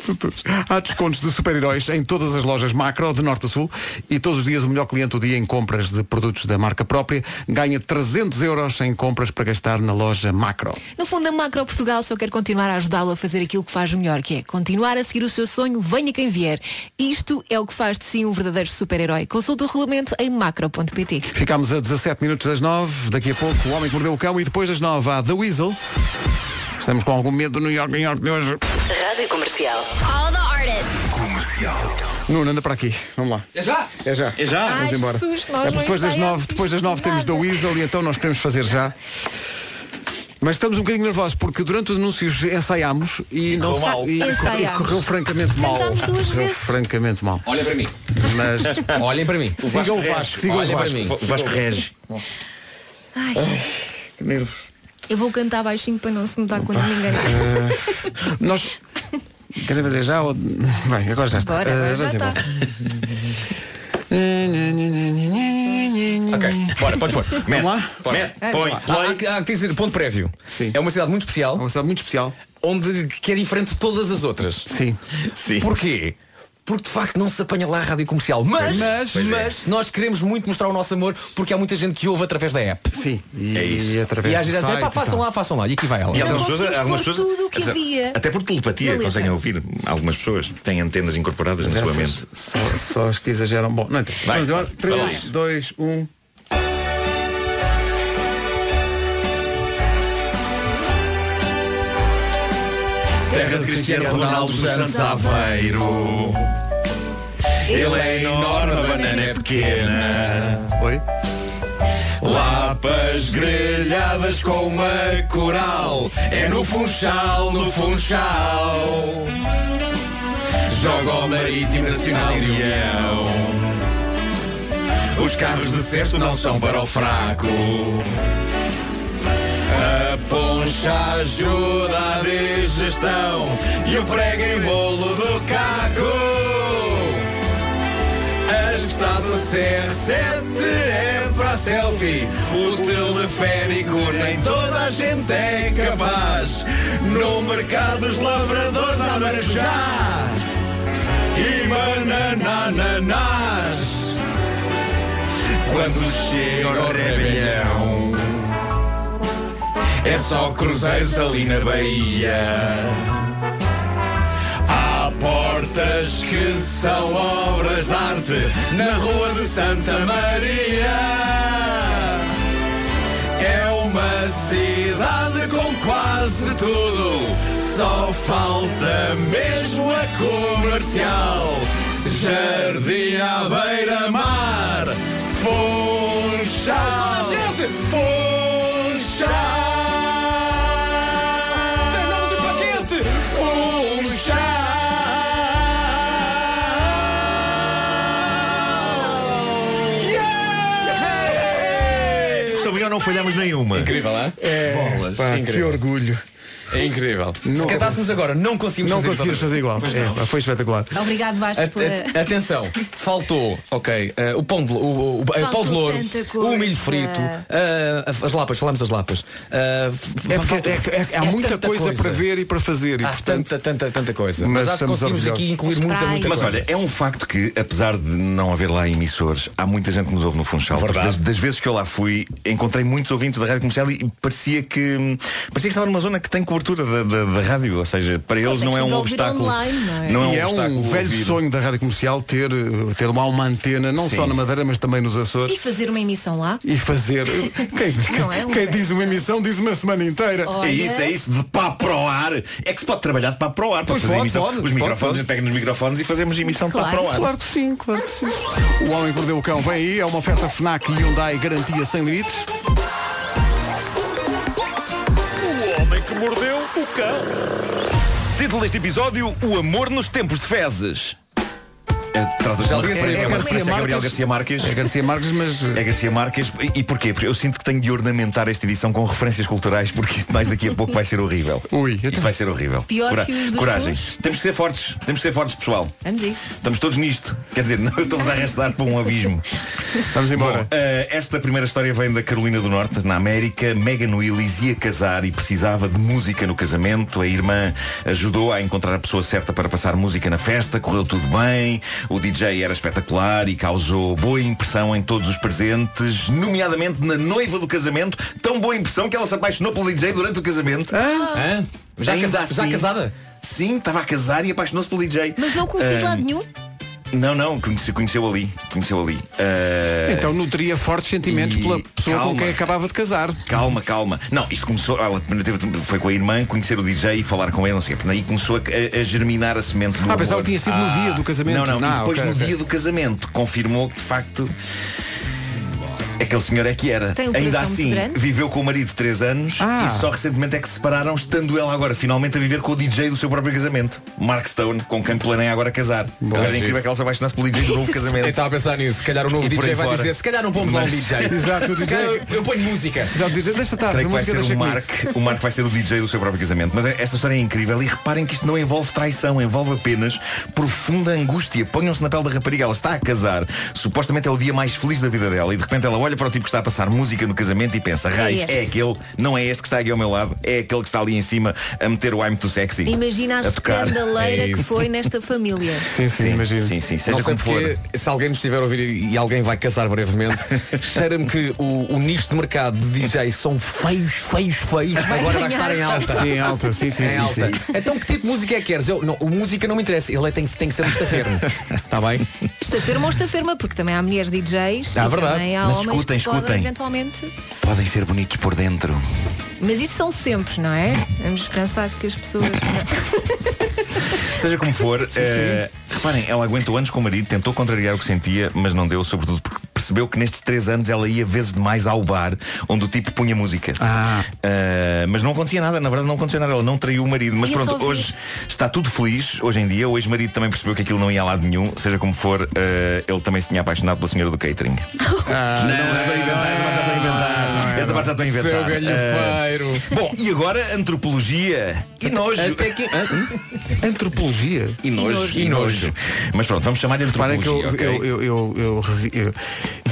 Futuros. Há descontos de super-heróis em todas as lojas macro, de norte a sul, e todos os dias o melhor cliente do dia em compras de produtos da marca própria ganha 300 euros em compras para gastar na loja macro. No fundo, a Macro Portugal só quer continuar a ajudá-lo a fazer aquilo que faz melhor, que é continuar a seguir o seu sonho, venha quem vier. Isto é o que faz de si um verdadeiro super-herói. Consulte o regulamento em macro.pt. Ficámos a 17 minutos das 9, daqui a pouco o Homem que Mordeu o Cão e depois das 9 há The Weasel. Estamos com algum medo do New York, New York de hoje. Rádio Comercial. All the artists. Nuno, anda para aqui, vamos lá. É já? É já. É já? Vamos Ai, embora. susto, nós é não porque depois das ensaiámos 9, depois das isto 9 temos The nada. Weasel e então nós queremos fazer já. Mas estamos um bocadinho nervosos porque durante os anúncios ensaiámos e não correu sa- mal. e correu, Ensaiámos. correu francamente mal. Tentámos duas correu vezes. francamente mal. Olhem para mim. Mas Olhem para mim. sigam o Rege. Vasco, sigam o Olhem para Vasco. mim. Va- Vasco Rege. Nervos. Eu vou cantar baixinho para não se notar quando me engano. Eh, Nós. Querem fazer já ou. Bem, agora já está. Bora, Eh, agora já vamos está. embora. Né, Ok, bora, podes pôr. Mete, Vamos lá? mete, põe, Há, há play. que- há ah, que dizer, ponto prévio. Sim. É uma cidade muito É especial, uma cidade muito especial. onde que é diferente de todas as outras. Sim. Sim. Porquê? Porque de facto não se apanha lá a rádio comercial. Mas, mas, Pois é. nós queremos muito mostrar o nosso amor porque há muita gente que ouve através da app. Sim. E, É isso. e através E às do vezes é site pá, e façam tal. lá, façam lá. E aqui vai ela. E algumas Não pessoas, conseguimos algumas pôr pessoas tudo o que até- havia. até por telepatia Beleza. conseguem ouvir algumas pessoas têm antenas incorporadas na sua Essas mente. Só, só as que exageram. Bom, não interessa. Vai. Vamos embora. um. Vai lá. 3, 2, 1. Terra de Cristiano Ronaldo dos Santos Aveiro. Ele é enorme, a banana é pequena. Oi? Lapas grelhadas com uma coral. É no Funchal, no Funchal. Joga ao Marítimo Nacional de Leão. Os carros de cesto não são para o fraco. A poncha ajuda a digestão e o prego em bolo do caco. A estátua CR7 é para a selfie. O teleférico nem toda a gente é capaz. No mercado os lavradores há maracujá e bananananás. Quando chega o rebelião, é só cruzeiros ali na Bahia. Há portas que são obras de arte na Rua de Santa Maria. É uma cidade com quase tudo, só falta mesmo a comercial. Jardim à beira-mar, Funchal, Funchal. Tem nome de paquete, Sobre eu não falhamos nenhuma. Incrível, é? É, Bolas. pá, que incrível. orgulho. É incrível. Se cantássemos agora, não conseguimos Não fazer conseguimos isto fazer outra vez. igual. Pois É, não. pá, foi espetacular. Obrigado, Vasco, At- por. at- atenção, faltou, ok, eh, o pão de, o, o, o eh, Faltou pão de louro, tanta coisa. o milho frito, eh, as lapas, falamos das lapas. Eh, f- É porque falta- é- é- há é muita tanta coisa, para ver e para fazer. E, Há portanto, tanta, tanta, tanta coisa. Mas Mas, acho que estamos conseguimos orgulhosos. aqui incluir As muita, praias. muita Mas coisa. olha, é um facto que, apesar de não haver lá emissores, há muita gente que nos ouve no Funchal. Verdade. Das, das vezes que eu lá fui, encontrei muitos ouvintes da rádio comercial e parecia que hum, parecia que estava numa zona que tem cobertura da, da- da rádio. Ou seja, para eles não é um sempre ouvir obstáculo. online, não é? e é um obstáculo velho ouvir. sonho da rádio comercial ter, eh, ter lá uma antena, não Sim. só na Madeira, mas também nos Açores. E fazer uma emissão lá? E fazer. Quem, Não é um quem velho diz uma emissão diz uma semana inteira. Oh. É isso, é isso, de pá para o ar. É que se pode trabalhar de pá para o ar. Pode Pois fazer pode, emissão. pode, Os pode, microfones, pode. a gente pega nos microfones e fazemos emissão de pá Claro. para o ar. Claro que sim, claro que sim. O Homem que Mordeu o Cão vem aí, é uma oferta FNAC Hyundai Garantia Sem Limites. Título deste episódio: O amor nos tempos de fezes. É, trata-se de uma alguém referência- faria é uma Garcia referência a Gabriel Garcia Marques. É Garcia Marques, mas eh, É Garcia Marques. E- E porquê? Porque eu sinto que tenho de ornamentar esta edição com referências culturais, porque isto mais daqui a pouco vai ser horrível. Ui, eu isto vai ser horrível. Pior que os dos Coragem. meus. Temos que ser fortes. Temos que ser fortes, pessoal. Vamos a isso. Estamos todos nisto. Quer dizer, não, eu estou-vos a arrastar para um abismo. vamos embora. Bom, eh, esta primeira história vem da Carolina do Norte, na América. Megan Willis ia casar e precisava de música no casamento. A irmã ajudou a encontrar a pessoa certa para passar música na festa. Correu tudo bem. O DJ era espetacular e causou boa impressão em todos os presentes, nomeadamente na noiva do casamento. Tão boa impressão que ela se apaixonou pelo DJ durante o casamento. Hã? Já, Ainda casa- já assim- casada? Sim, estava a casar e apaixonou-se pelo DJ. Mas não conheci Eh, de Ah, lado nenhum. Não, não, conheceu, conheceu ali. Conheceu ali. Eh, Então nutria fortes sentimentos e pela pessoa com calma. quem é acabava de casar. Calma, calma. Não, isto começou. Ela teve- foi com a irmã conhecer o DJ e falar com ele, não sei. o quê. Daí começou a, a- a germinar a semente do Ah, pensava amor. que tinha sido no dia do casamento. Não, não. Ah, e depois ok, no ok. dia do casamento confirmou que de facto. Aquele senhor é que era. Tem um Ainda coração muito assim, grande. viveu com o marido três anos Ah. e só recentemente é que se separaram, estando ela agora finalmente a viver com o DJ do seu próprio casamento. Mark Stone, com quem planeia agora casar. Então era giro. incrível que ela se apaixonasse pelo DJ do novo Eu casamento. estava a pensar nisso. Se calhar o novo E por DJ aí vai fora. dizer, se calhar não pomos lá um Mas- é. DJ. Exato, o Se DJ. calhar eu, eu ponho música. Já dizia, Tá, deixa estar, Creio a que vai música ser deixa um o comigo. Mark, o Mark vai ser o DJ do seu próprio casamento. Mas é- esta história é incrível e reparem que isto não envolve traição, envolve apenas profunda angústia. Ponham-se na pele da rapariga, ela está a casar, supostamente é o dia mais feliz da vida dela e de repente ela olha para o tipo que está a passar música no casamento e pensa, raios, este. é aquele, não é este que está aqui ao meu lado, é aquele que está ali em cima a meter o I'm too sexy. Imagina a a tocar. escandaleira É que isso. foi nesta família. Sim, sim, imagino. Sim, sim, seja não sei como for. porque, se alguém nos estiver a ouvir e e alguém vai casar brevemente, cheira-me que o, o nicho de mercado de DJs são feios, feios, feios, agora vai estar em alta. Sim, em alta, sim, sim, Em sim, alta. sim. Então que tipo de música é que queres? Eu, não, o música não me interessa, ele é- tem, tem que ser estafermo. Está bem? Estaferma ou estaferma, porque também há mulheres DJs Ah, e verdade. também há Mas homens escutem, que podem escutem. eventualmente. Podem ser bonitos por dentro. Mas isso são sempre, não é? Vamos pensar que as pessoas. Seja como for, eh, reparem, ela aguentou anos com o marido, tentou contrariar o que sentia, mas não deu, sobretudo porque percebeu que nestes três anos ela ia vezes demais ao bar, onde o tipo punha música. Ah. Eh, mas não acontecia nada, na verdade não aconteceu nada, ela não traiu o marido. Mas Ia só pronto, ouvir. hoje está tudo feliz, hoje em dia, o ex-marido também percebeu que aquilo não ia a lado nenhum, seja como for, eh, ele também se tinha apaixonado pela senhora do catering. Ah, não, é eu estou a inventar, esta parte já estou a inventar. Esta parte já estou a inventar. Seu galhofeiro. Eh, bom, e agora antropologia e nojo. Até que. Antropologia. E nojo. E nojo. Mas pronto, vamos chamar-lhe Reparem que eu, antropologia, ok? eu, eu, eu, eu resi- eu-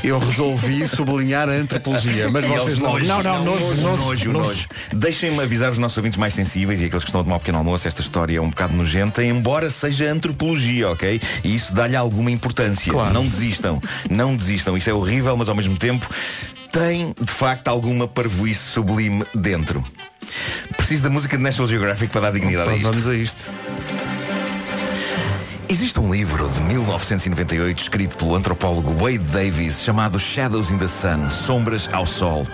Eu resolvi sublinhar a antropologia, mas E eles vocês logo. nojo, Não, não, nojo, nojo, nojo, nojo. Deixem-me avisar os nossos ouvintes mais sensíveis e aqueles que estão a tomar um pequeno almoço, esta história é um bocado nojenta, embora seja antropologia, ok? E isso dá-lhe alguma importância. Não desistam, não desistam. Isto é horrível, mas ao mesmo tempo tem, de facto, alguma parvoíce sublime dentro. Preciso da música de National Geographic para dar dignidade a isto. Vamos a isto. Existe um livro de 1998 escrito pelo antropólogo Wade Davis chamado Shadows in the Sun, Sombras ao Sol.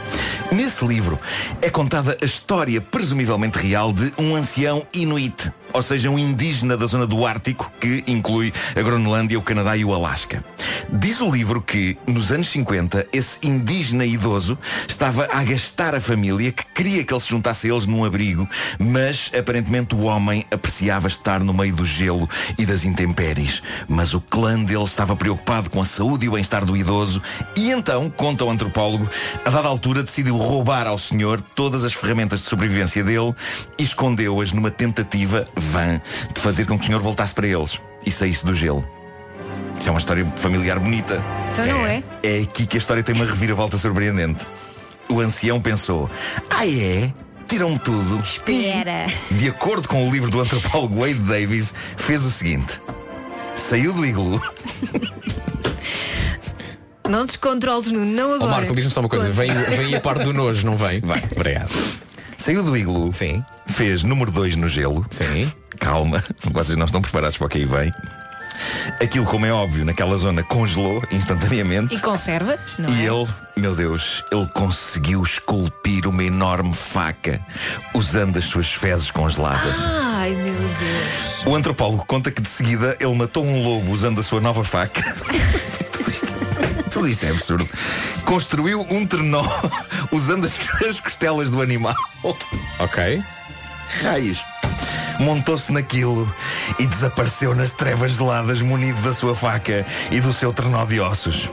Nesse livro é contada a história presumivelmente real de um ancião inuit, ou seja, um indígena da zona do Ártico que inclui a Groenlândia, o Canadá e o Alasca. Diz o livro que, nos anos 50, esse indígena idoso estava a gastar a família que queria que ele se juntasse a eles num abrigo, mas aparentemente o homem apreciava estar no meio do gelo e das intempéries. Mas o clã dele estava preocupado com a saúde e o bem-estar do idoso e então, conta o antropólogo, a dada altura decidiu roubar ao senhor todas as ferramentas de sobrevivência dele e escondeu-as numa tentativa vã de fazer com que o senhor voltasse para eles e saísse do gelo. Isso é uma história familiar bonita. Então não é? É aqui que a história tem uma reviravolta surpreendente. O ancião pensou: Ah, é? Tiram tudo. Espera. De acordo com o livro do antropólogo Wade Davis, fez o seguinte: saiu do iglu. Não descontroles, Nuno, não Ó agora. Marco, diz-me só uma coisa, vem, vem a parte do nojo, não vem? Vai, obrigado. Saiu do iglu. Sim. Fez número 2 no gelo. Sim. Calma, vocês não estão preparados para o que aí vem. Aquilo, como é óbvio, naquela zona congelou instantaneamente. E conserva, não E é? ele, meu Deus, ele conseguiu esculpir uma enorme faca usando as suas fezes congeladas. Ai, meu Deus. O antropólogo conta que de seguida ele matou um lobo usando a sua nova faca. Tudo isto- Tudo isto é absurdo. Construiu um trenó usando as, as costelas do animal. Ok. Raios. Montou-se naquilo e desapareceu nas trevas geladas munido da sua faca e do seu trenó de ossos.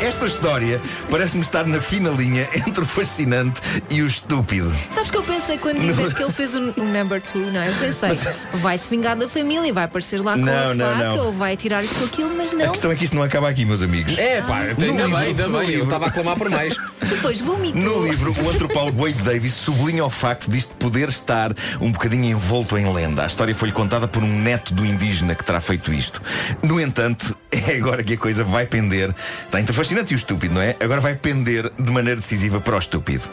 Esta história parece-me estar na fina linha entre o fascinante e o estúpido. Sabes que eu pensei quando Não. dizes que ele fez o n- o number two, não é? Eu pensei, vai-se vingar da família, vai aparecer lá com Não, a não, faca não. ou vai tirar isto com aquilo, mas A não. questão é que isto não acaba aqui, meus amigos. É, pá, ainda bem, ainda bem, eu estava a clamar por mais. Depois vomito. No livro, o antropólogo Wade Davis sublinha o facto disto poder estar um bocadinho envolto em lenda. A história foi-lhe contada por um neto do indígena que terá feito isto. No entanto, é agora que a coisa vai pender. Está entre o fascinante e o estúpido, não é? Agora vai pender de maneira decisiva para o estúpido.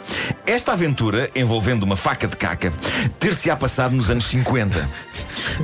Esta aventura, envolvendo uma faca de caca, ter-se-á passado nos anos 50.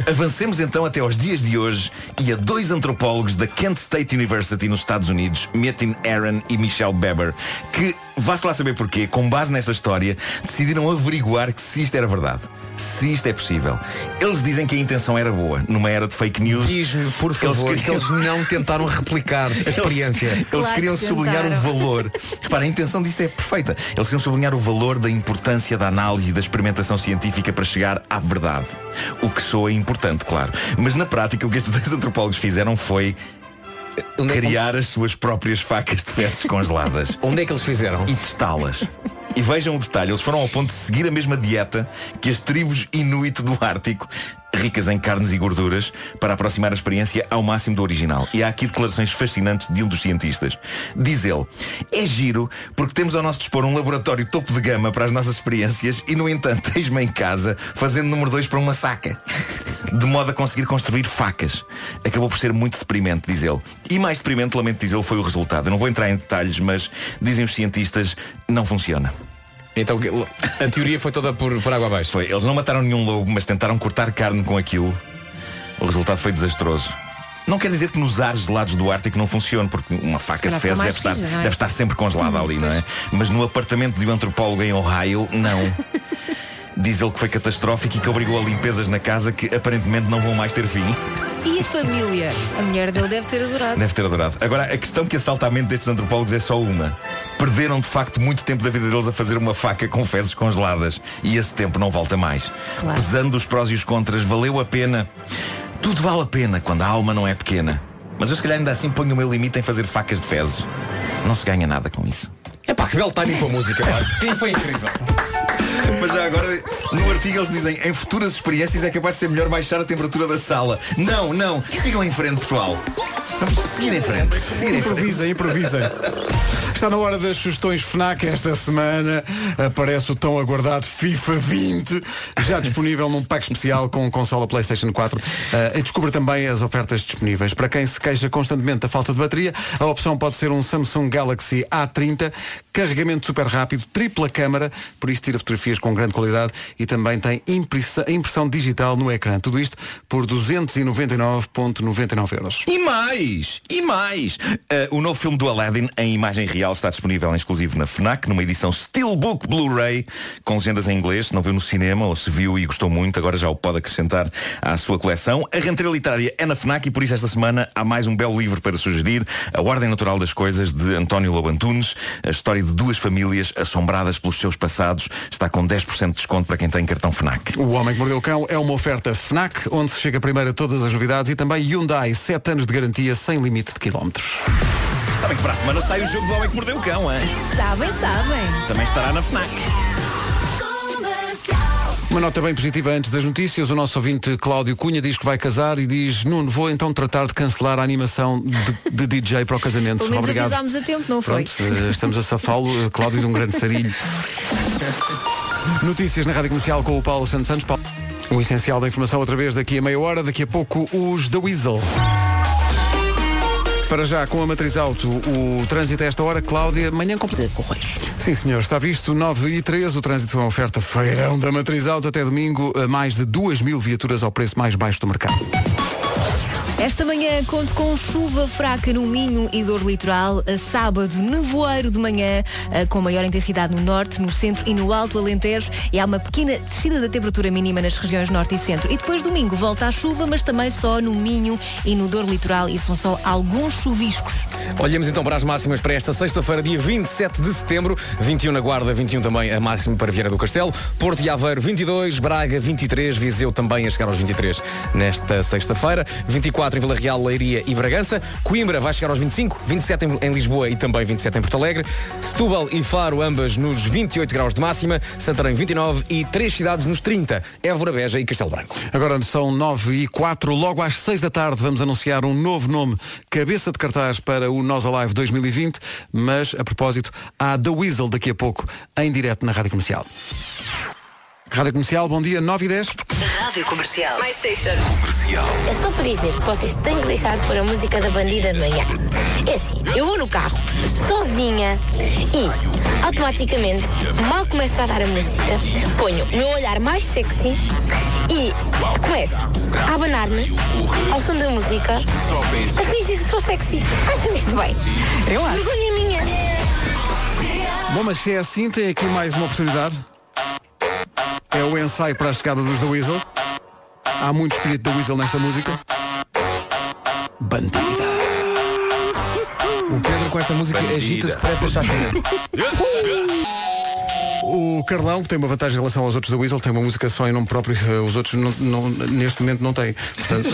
Avancemos então até aos dias de hoje e a dois antropólogos da Kent State University nos Estados Unidos, Metin Aaron e Michelle Beber, que, vá-se lá saber porquê, com base nesta história, decidiram averiguar que se isto era verdade. Se isto é possível. Eles dizem que a intenção era boa, numa era de fake news. Diz-me, por favor, que eles não tentaram replicar a experiência. Eles, Claro que queriam sublinhar o tentaram. valor. Repara, a intenção disto é perfeita. Eles queriam sublinhar o valor da importância da análise e da experimentação científica para chegar à verdade. O que soa importante, claro. Mas na prática, o que estes dois antropólogos fizeram foi criar as suas próprias facas de fezes congeladas. Onde é que eles fizeram? E testá-las. E vejam o detalhe, eles foram ao ponto de seguir a mesma dieta que as tribos inuit do Ártico, ricas em carnes e gorduras, para aproximar a experiência ao máximo do original. E há aqui declarações fascinantes de um dos cientistas. Diz ele, é giro porque temos ao nosso dispor um laboratório topo de gama para as nossas experiências e, no entanto, tens-me em casa fazendo número 2 para uma saca. De modo a conseguir construir facas. Acabou por ser muito deprimente, diz ele. E mais deprimente, lamento dizer, foi o resultado. Eu não vou entrar em detalhes, mas dizem os cientistas, não funciona. Então a teoria foi toda por, água abaixo. Foi. Eles não mataram nenhum lobo, mas tentaram cortar carne com aquilo. O resultado foi desastroso. Não quer dizer que nos ares gelados do Ártico não funcione, porque uma faca calhar de fezes fica deve mais estar, rígida, não é? deve estar sempre congelada ali, não é? Mas no apartamento de um antropólogo em Ohio, não. Diz ele que foi catastrófico e que obrigou a limpezas na casa que aparentemente não vão mais ter fim. E a família? A mulher dele deve ter adorado. Deve ter adorado. Agora, a questão que assalta a mente destes antropólogos é só uma. Perderam de facto muito tempo da vida deles a fazer uma faca com fezes congeladas. E esse tempo não volta mais. Claro. Pesando os prós e os contras, valeu a pena. Tudo vale a pena quando a alma não é pequena. Mas eu se calhar ainda assim ponho o meu limite em fazer facas de fezes. Não se ganha nada com isso. É pá, que belo timing com a música, pá. Sim, foi incrível. Mas já agora, no artigo eles dizem em futuras experiências é capaz de ser melhor baixar a temperatura da sala. Não, não. Sigam em frente, pessoal. Vamos seguir em frente. Seguir em frente. Improvisem, improvisem. Está na hora das sugestões FNAC esta semana. Aparece o tão aguardado FIFA 20, já disponível num pack especial com consola PlayStation 4. Ah, e descubra também as ofertas disponíveis. Para quem se queixa constantemente da falta de bateria, a opção pode ser um Samsung Galaxy A30, carregamento super rápido, tripla câmara, por isso tira fotografias com grande qualidade e também tem impressa- impressão digital no ecrã. Tudo isto por 299,99 euros. E mais! E mais! Ah, o novo filme do Aladdin em imagem real está disponível em exclusivo na FNAC, numa edição Steelbook Blu-ray, com legendas em inglês. Se não viu no cinema ou se viu e gostou muito, agora já o pode acrescentar à sua coleção. A rentrée literária é na FNAC e por isso esta semana há mais um belo livro para sugerir, A Ordem Natural das Coisas, de António Lobo Antunes. A história de duas famílias assombradas pelos seus passados está com 10% de desconto para quem tem cartão FNAC. O Homem que Mordeu o Cão é uma oferta FNAC, onde se chega primeiro a todas as novidades e também Hyundai, 7 anos de garantia sem limite de quilómetros. Sabem que para a semana sai o jogo do Homem que Mordeu o Cão, hein? Sabem, sabem. Também estará na FNAC. Uma nota bem positiva antes das notícias. O nosso ouvinte Cláudio Cunha diz que vai casar e diz Nuno, vou então tratar de cancelar a animação de, de DJ para o casamento. Pelo menos Obrigado. avisámos a tempo, não foi? Pronto, eh, estamos a safá-lo, eh, Cláudio de um grande sarilho. Notícias na Rádio Comercial com o Paulo Santos Santos. Paulo, O essencial da informação outra vez daqui a meia hora, daqui a pouco os da Weasel. Para já, com a matriz alto, o trânsito a esta hora, Cláudia, manhã completa. Sim, senhor, está visto 9 e 13, o trânsito foi uma oferta feirão da matriz alto até domingo, a mais de 2 mil viaturas ao preço mais baixo do mercado. Esta manhã conto com chuva fraca no Minho e dor litoral. A sábado, nevoeiro de manhã, eh, com maior intensidade no norte, no centro e no alto Alentejo. E há uma pequena descida da temperatura mínima nas regiões norte e centro. E depois domingo volta a chuva, mas também só no Minho e no dor litoral. E são só alguns chuviscos. Olhamos então para as máximas para esta sexta-feira, dia 27 de setembro. 21 na Guarda, 21 também a máxima para Vieira do Castelo. Porto e Aveiro, 22. Braga, 23. Viseu também a chegar aos 23 nesta sexta-feira. 24 em Vila Real, Leiria e Bragança. Coimbra vai chegar aos 25. 27 em- em Lisboa e também 27 em Porto Alegre. Setúbal e Faro, ambas nos 28 graus de máxima. Santarém, 29. E três cidades nos 30. Évora, Beja e Castelo Branco. Agora são 9 e 4, logo às 6 da tarde vamos anunciar um novo nome, cabeça de cartaz para o Nós Alive 2020, mas a propósito, há The Weasel daqui a pouco, em direto na Rádio Comercial. Rádio Comercial, bom dia, 9 e 10. Rádio Comercial. My Station. É só para dizer que vocês têm que deixar de pôr a música da bandida de manhã. É assim, eu vou no carro, sozinha, e automaticamente, mal começo a dar a música, ponho o meu olhar mais sexy e começo a abanar-me ao som da música, a fingir que sou sexy. Acham isto bem? Eu acho. Vergonha minha. Bom, mas se é assim, tem aqui mais uma oportunidade. É o ensaio para a chegada dos The Weasel. Há muito espírito da Weasel nesta música. Bandida. O Pedro com esta música agita-se para essa chacina. O Carlão que tem uma vantagem em relação aos outros da Weasel, tem uma música só em nome próprio, eh, os outros não- não- neste momento não têm. Portanto,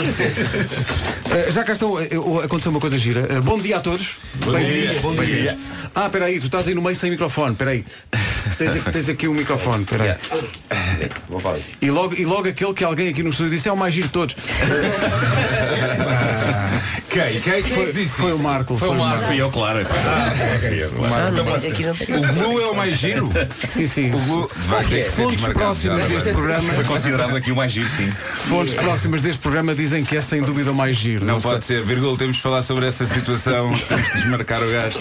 eh, já cá estão, eh, eu- aconteceu uma coisa gira. Eh, Bom dia a todos. Bom dia, bom dia. Ah, espera aí, tu estás aí no meio sem microfone, espera aí. Tens, aqui- tens aqui um microfone, espera aí. E logo, e logo aquele que alguém aqui no estúdio disse é o mais giro de todos. Quem? Quem foi, foi o Marco. Ah, Foi o Marco. Fui eu, claro. Ah, O Glu é o mais giro? Sim, sim. O Glu... Fontes próximas deste programa. Foi considerado aqui o mais giro, sim. Fontes próximas deste programa dizem que é sem dúvida o mais giro. Não, sei. pode ser, vírgula, temos de falar sobre essa situação, temos de desmarcar o gajo.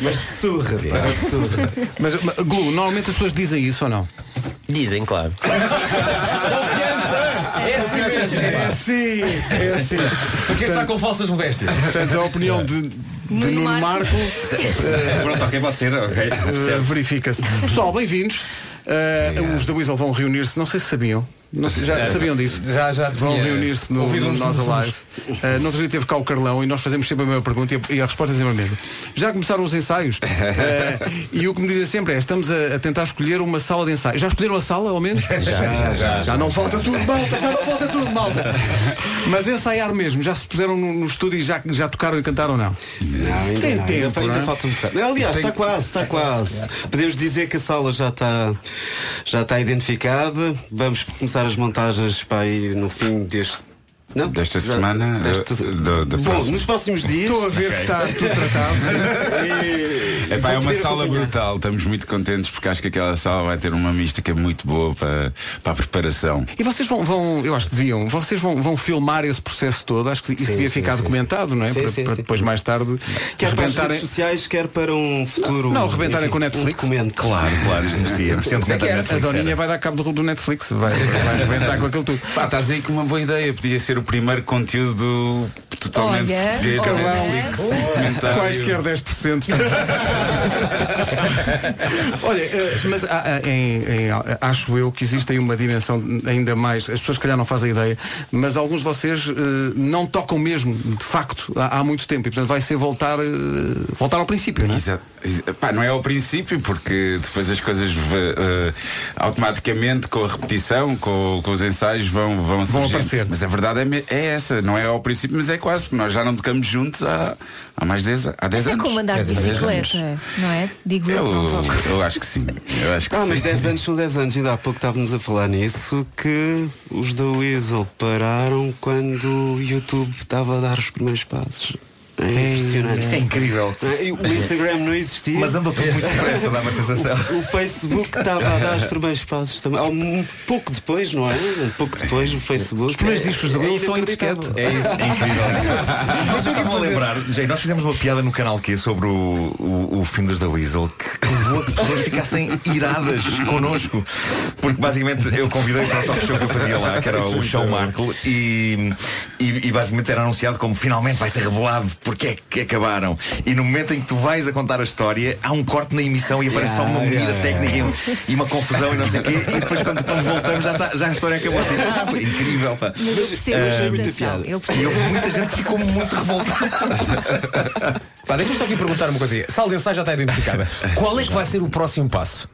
Mas de surra, pá, de surra. Mas, mas, Glu, normalmente as pessoas dizem isso ou não? Dizem, claro. É assim mesmo. É assim, é assim. Porque está com falsas modéstias. Portanto, a opinião de, de Nuno Marco. eh, Pronto, ok, pode ser. ok. eh, Verifica-se. Pessoal, bem-vindos. Eh, os da Weasel vão reunir-se, não sei se sabiam, Não sei, É. já sabiam disso. Já, já Vão tinha reunir-se no, ouvido no uns- Nós uns- Alive. Uh, no outro dia teve cá o Carlão e nós fazemos sempre a mesma pergunta e a, e a resposta é sempre a mesma. Já começaram os ensaios? Uh, e o que me dizem sempre é, estamos a, a tentar escolher uma sala de ensaio. Já escolheram a sala, ao menos? Já, já, já. não falta tudo, malta, já não falta tudo, malta. Mas ensaiar mesmo, já se puseram no, no estúdio e já, já tocaram e cantaram, não? Não, ainda, Tem não, tempo, ainda, ainda não é? falta um bocado. Aliás, Tem- está quase, está quase. Podemos dizer que a sala já está, já está identificada. Vamos começar as montagens para aí no fim deste. Não? Desta semana, Desta- eh, do- do Bom, próximo. nos próximos dias. Estou a ver que está tudo tratado. É, pá, é uma Vou-te sala acompanhar. brutal, estamos muito contentes porque acho que aquela sala vai ter uma mística muito boa para, para a preparação. E vocês vão, vão- eu acho que deviam, vocês vão, vão filmar esse processo todo, acho que isso Sim, devia sim, ficar sim. documentado, não é? Sim, para, sim, para sim. é depois mais tarde Quer para as redes arrebentarem. sociais, quer para um futuro. Não, arrebentarem enfim, com Netflix. Um documento. Claro, claro, isto merecia. merecia um Isso é que comentário era. Netflix, a Doninha era. vai dar cabo do, do Netflix, vai, vai arrebentar com aquilo tudo. Pá, estás aí com uma boa ideia, podia ser o primeiro conteúdo totalmente Olha, português da olha. Netflix. Boa. documentário. Quaisquer 10%. Olha, eh, mas há- há- em- em- acho eu que existe aí uma dimensão ainda mais. As pessoas, se calhar, não fazem ideia, mas alguns de vocês eh, não tocam mesmo, de facto, há, há muito tempo. E, portanto, vai ser voltar, eh, voltar ao princípio, não é? Exato. Exa- Pá, não é ao princípio, porque depois as coisas v- eh, automaticamente, com a repetição, com, com os ensaios, vão, vão, surgindo. aparecer. Mas a verdade é, me- é essa, não é ao princípio, mas é quase, porque nós já não tocamos juntos há, há mais de 10 há 10 Mas é anos. como andar de Há 10 anos. bicicleta, não é? Digo eu, Eu, que não toco. eu acho que sim. Eu acho que Ah, sim. mas 10 anos são 10 anos, ainda há pouco estávamos a falar nisso que os da Weasel pararam quando o YouTube estava a dar os primeiros passos. É impressionante. Isso é incrível. É, e O Instagram não existia. Mas andou tudo muito depressa, dá uma sensação. O, o Facebook estava a dar os primeiros passos também. Há Um pouco depois, não é? Um pouco depois o Facebook. é Os primeiros discos da Weasel são em É isso. É incrível. é Mas eu estava a lembrar, Jay, nós fizemos uma piada no canal Q sobre o, o, o fim dos da Weasel que levou a que pessoas ficassem iradas connosco. Porque basicamente eu convidei para o talk show que eu fazia lá, que é era o show Markle, e, e, e basicamente era anunciado como finalmente vai ser revelado porque é que acabaram. E no momento em que tu vais a contar a história, há um corte na emissão e aparece só uma Yeah, mira yeah, técnica e um- e uma confusão e não sei o quê. E depois quando, quando voltamos já, está- já a história acabou. Tipo, ah, pá, incrível. Pá. Mas eu percebo a É Ah, irritação. Eu e percebo. houve muita gente que ficou muito revoltada. Pá, deixa-me só aqui perguntar uma coisinha. Sala de ensaio já está identificada. Qual é que vai ser o próximo passo?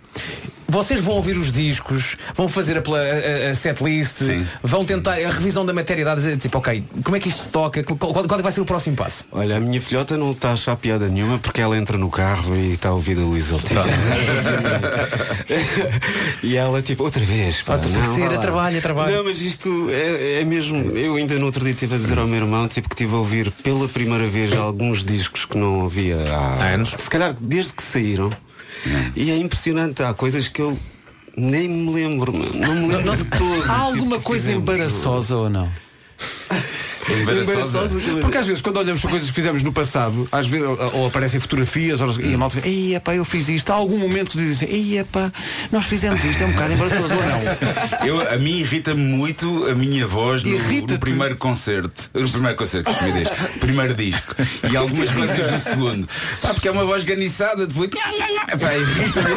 Vocês vão ouvir os discos, vão fazer a, pla- a, a setlist, vão tentar a revisão da matéria dada, dizer, tipo, ok, como é que isto se toca? Qual, qual- qual é que vai ser o próximo passo? Olha, a minha filhota não está a achar piada nenhuma porque ela entra no carro e está a ouvir a Weasel. e ela tipo, outra vez. Pá, Outra não, terceira, vá lá. trabalha, trabalha. Não, mas isto é, é mesmo. Eu ainda no outro dia estive a dizer ao meu irmão tipo, que estive a ouvir pela primeira vez alguns discos que não ouvia há, anos. Se calhar desde que saíram. E é impressionante, há coisas que eu nem me lembro. mano. Não me lembro de todo. Ah, Há alguma coisa embaraçosa ou não? Porque às vezes quando olhamos para coisas que fizemos no passado, às vezes ou, ou aparecem fotografias ou, e a malta diz, "Ei, epá, eu fiz isto. Há algum momento dizem assim, "Ei, epá, nós fizemos isto, é um bocado embaraçoso ou não. Eu, a mim irrita-me muito a minha voz no, Irrita-te? no primeiro concerto. No primeiro concerto, que me diz. Primeiro disco. E algumas coisas do segundo. Pá, porque é uma voz ganiçada, depois. Pá, irrita-me.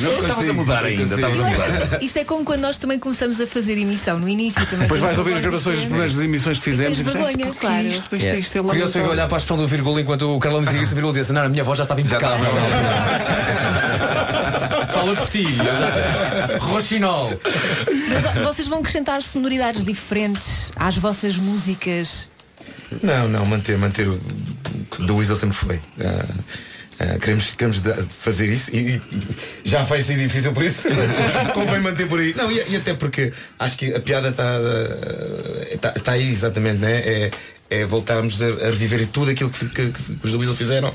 Não Estavas consigo, a mudar não ainda, consigo. estavas a mudar. Isto é como quando nós também começamos a fazer emissão no início também. Depois tens vais a ouvir as voz gravações é diferente. das primeiras emissões que fizemos. Tens e dizes, "Ai, vergonha, pô, que claro. isto, pô, isto, É. isto é Curioso foi lamentável." olhar para a expressão do vírgula enquanto o Carlão dizia isso, o vírgula dizia assim, não, a minha voz já estava impecável. Fala por ti. eu já- Roxinol. Mas ó, vocês vão acrescentar sonoridades diferentes às vossas músicas. Não, não, manter, manter o o do Weasel sempre foi. Ah, ah, queremos queremos da- fazer isso e, e já vai ser difícil por isso. Convém manter por aí. Não, e, e até porque acho que a piada tá, está está está aí exatamente, né? É, é voltarmos a, a reviver tudo aquilo que, que- que os do Weasel fizeram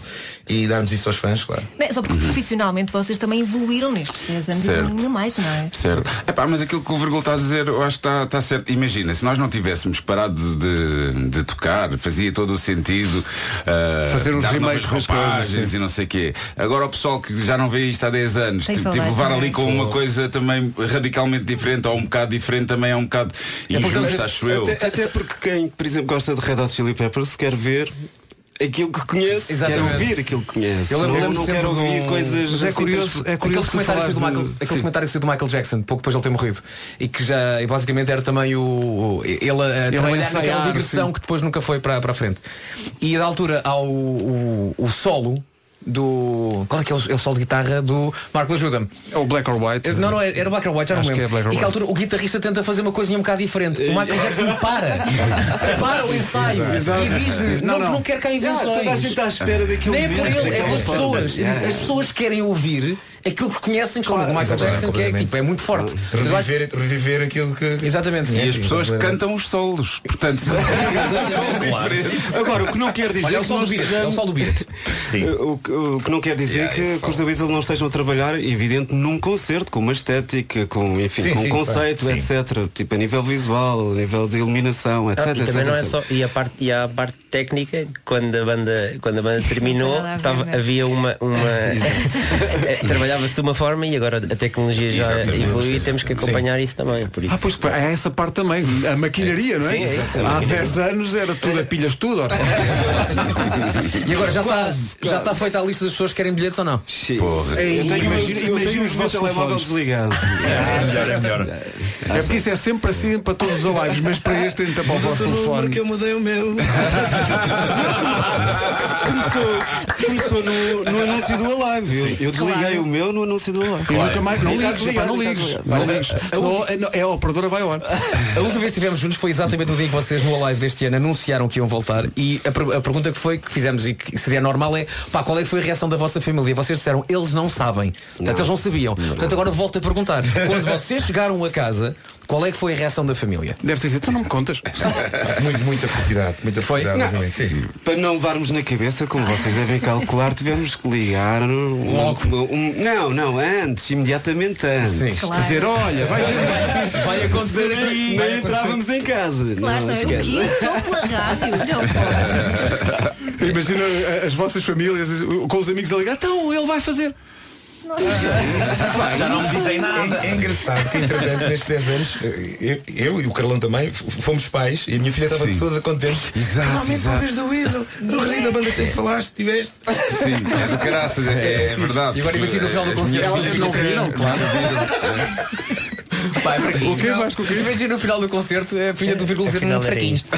e darmos isso aos fãs, claro. Não é? Só porque profissionalmente vocês também evoluíram nestes 10 anos Certo. e ainda mais, não é? Certo. Epá, mas aquilo que o Virgul está a dizer, eu acho que está, está certo. Imagina, se nós não tivéssemos parado de, de tocar, fazia todo o sentido uh, Fazer uns dar novas remakes das coisas, roupagens sim. e não sei o quê. Agora o pessoal que já não vê isto há 10 anos, Tem tipo, tipo, saudades, levar não é? ali com uma coisa também radicalmente diferente ou um bocado diferente também é um bocado injusto, acho eu. Até, até porque quem, por exemplo, gosta de Red Hot Chili Peppers quer ver aquilo que conheço, Exatamente. quero ouvir aquilo que conheço. Eu lembro- não, lembro não sempre quero de um- ouvir coisas. Mas é assim, curioso, tão- é curioso aquele comentário, que saiu do Michael, aquele comentário que saiu do Michael Jackson, pouco depois de ele ter morrido, e que já e basicamente era também o, o- ele Ele a a trabalhar ensaiar, naquela digressão sim. que depois nunca foi para, para a frente. E da altura ao o, o solo do. Qual é que é o, é o solo de guitarra do Marco Ajuda-me? É o Black or White. Não, não, era o Black or White, já Acho não que lembro. é Black or e que White. à altura o guitarrista tenta fazer uma coisinha um bocado diferente. O Michael Jackson para. para o ensaio. Exato. E diz-lhes, Não, não, que não, não. quero cá Yeah, invenções. toda a gente está à espera daquele Nem é por momento, ele, é daquela pelas forma. pessoas. Yeah. As pessoas querem ouvir aquilo que conhecem como o Michael Exatamente, Jackson, que é, completamente. tipo, é muito forte. Reviver, reviver aquilo que. Exatamente. E as pessoas cantam os solos. Portanto, Claro. Agora, o que não quer dizer Olha, é o que sol do nós Beat, estejamos- é o sol do Beat. Sim. O, que- o que não quer dizer Yeah, que, é que os Davis não estejam a trabalhar, evidente, num concerto, com uma estética, com, enfim, Sim, com sim, um conceito, claro. Sim. etc. Tipo, a nível visual, a nível de iluminação, etc. Ah, e também etc, não é etc. só e a parte e a parte técnica quando a banda quando a banda terminou nada a ver, tava- não é? havia uma uma eh, trabalhava-se de uma forma e agora a tecnologia já Exatamente. evoluiu e temos que acompanhar isso também por isso Ah, pois é essa parte também, a maquinaria, não é? Sim, é isso. Há 10 anos era tudo a pilhas tudo. ora. E agora já está já está feita a lista das pessoas que querem bilhetes ou não? Porra. Ei, Eu tenho- imagina- eu tenho imagina os os meus vossos telemóvel telefones. desligado. É melhor, é melhor. É porque isso é sempre assim para todos os lives, mas para este ainda para o vosso telefone. eu mudei o meu. Começou, começou no, no anúncio do Alive. Eu, eu desliguei o meu no anúncio do Alive. E nunca mais, não E está ligues, epá, não desligado, e ligues. está Não desligado. ligues. Senão é- não- É a operadora vai ao ar. A última vez que estivemos juntos foi exatamente no dia em que vocês no live deste ano anunciaram que iam voltar e a, per- a pergunta que foi que fizemos e que seria normal é pá, qual é que foi a reação da vossa família? Vocês disseram, eles não sabem. Portanto, eles não sabiam. Portanto, agora volto a perguntar. Quando vocês chegaram a casa, qual é que foi a reação da família? Deve dizer, tu não me contas. Muito, muita felicidade, muita felicidade. Não. realmente, sim. Para não levarmos na cabeça, como vocês devem calcular, tivemos que ligar um- um- não, não, antes, imediatamente antes. Sim. Claro. Dizer, olha, vai- vai- vai acontecer Nem- aqui. Vai Nem acontecer. entrávamos em casa. Claro, não, eu esquece. quis, sou pela rádio. Não, pô. Imagina eh, as vossas famílias eh, com os amigos a ligar, então ele vai fazer. Já não me dizem nada. É, é engraçado que, entretanto, nestes 10 anos, eh, eu, eu e o Carlão também f- fomos pais e a minha filha estava Sim. toda contente. Exato, Finalmente exato. talvez do Weasel. No Rio da um banda sempre falaste, tiveste. Sim, é do caraças, é, é, verdade. E agora imagina o final do concerto. Elas não viram, claro. Pá, é fraquinho. O quê, Vasco, o quê? Imagina no final do concerto a filha do vírgula dizer um Afinal era fraquinho.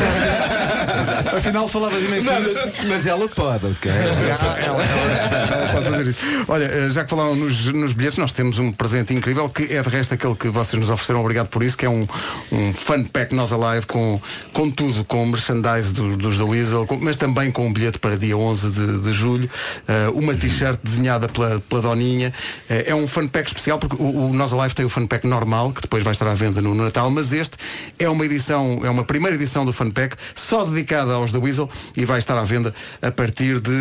Afinal falavas imenso. Mas, mas ela pode, ok? Ela pode fazer isso. Olha, eh, já que falaram nos, nos bilhetes, nós temos um presente incrível que é de resto aquele que vocês nos ofereceram, obrigado por isso, que é um, um fun pack Nós Alive com, com tudo, com merchandise do- dos da Weasel, com- mas também com um bilhete para dia 11 de, de julho, eh, uma t-shirt desenhada pela, pela Doninha. Eh, é um fun pack especial porque o, o Nós Alive tem o fun pack normal, que depois vai estar à venda no, no Natal, mas este é uma edição, é uma primeira edição do fun pack só dedicada aos da Weasel e vai estar à venda a partir de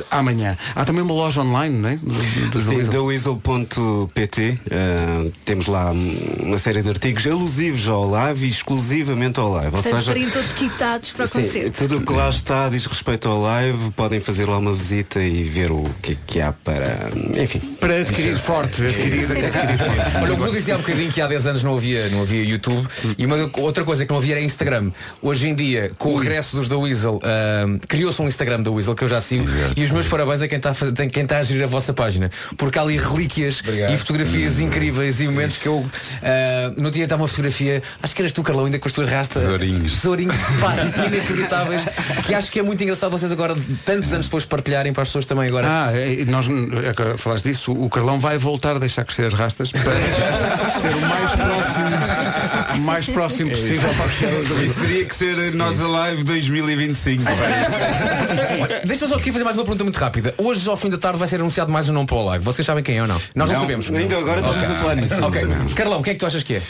eh, amanhã. Há também uma loja online, não é? Do- do- do Sim, Weasel. theweasel.pt eh, Temos lá hum, uma série de artigos alusivos ao live e exclusivamente ao live. Ou Portanto, seja, para irem todos quitados para o Sim, concerto. tudo o que lá está diz respeito ao live, podem fazer lá uma visita e ver o que é que há para. Enfim. É, Para adquirir forte, adquirir, adquirir forte. Olha, o Bruno dizia há bocadinho que há 10 anos não havia, não havia YouTube e uma outra coisa que não havia era Instagram. Hoje em dia, com o regresso dos da Weasel, ahm, criou-se um Instagram da Weasel que eu já sigo e os meus parabéns a quem está a, fazer- tem- quem está a gerir a vossa página. Porque há ali relíquias e Hum. fotografias incríveis e momentos que eu ah, no dia estava uma fotografia, acho que eras tu, Carlão, ainda com as tuas rastas. Tesourinhos. Tesourinhos pá, inacreditáveis. que acho que é muito engraçado vocês agora, tantos anos depois, partilharem para as pessoas também agora. Ah, é, nós é que falaste disso, o Carlão vai voltar a deixar crescer as rastas para ser o mais próximo, o mais próximo possível para crescer os da Weasel. Isso teria que ser Nós Alive 2025. Deixa-me só aqui fazer mais uma pergunta muito rápida. Hoje, ao fim da tarde, vai ser anunciado mais um nome para o live. Vocês sabem quem é ou não? Nós não, Não, sabemos. ainda agora estamos Ok. a falar nisso. Ok. Não. Carlão, quem é que tu achas que é?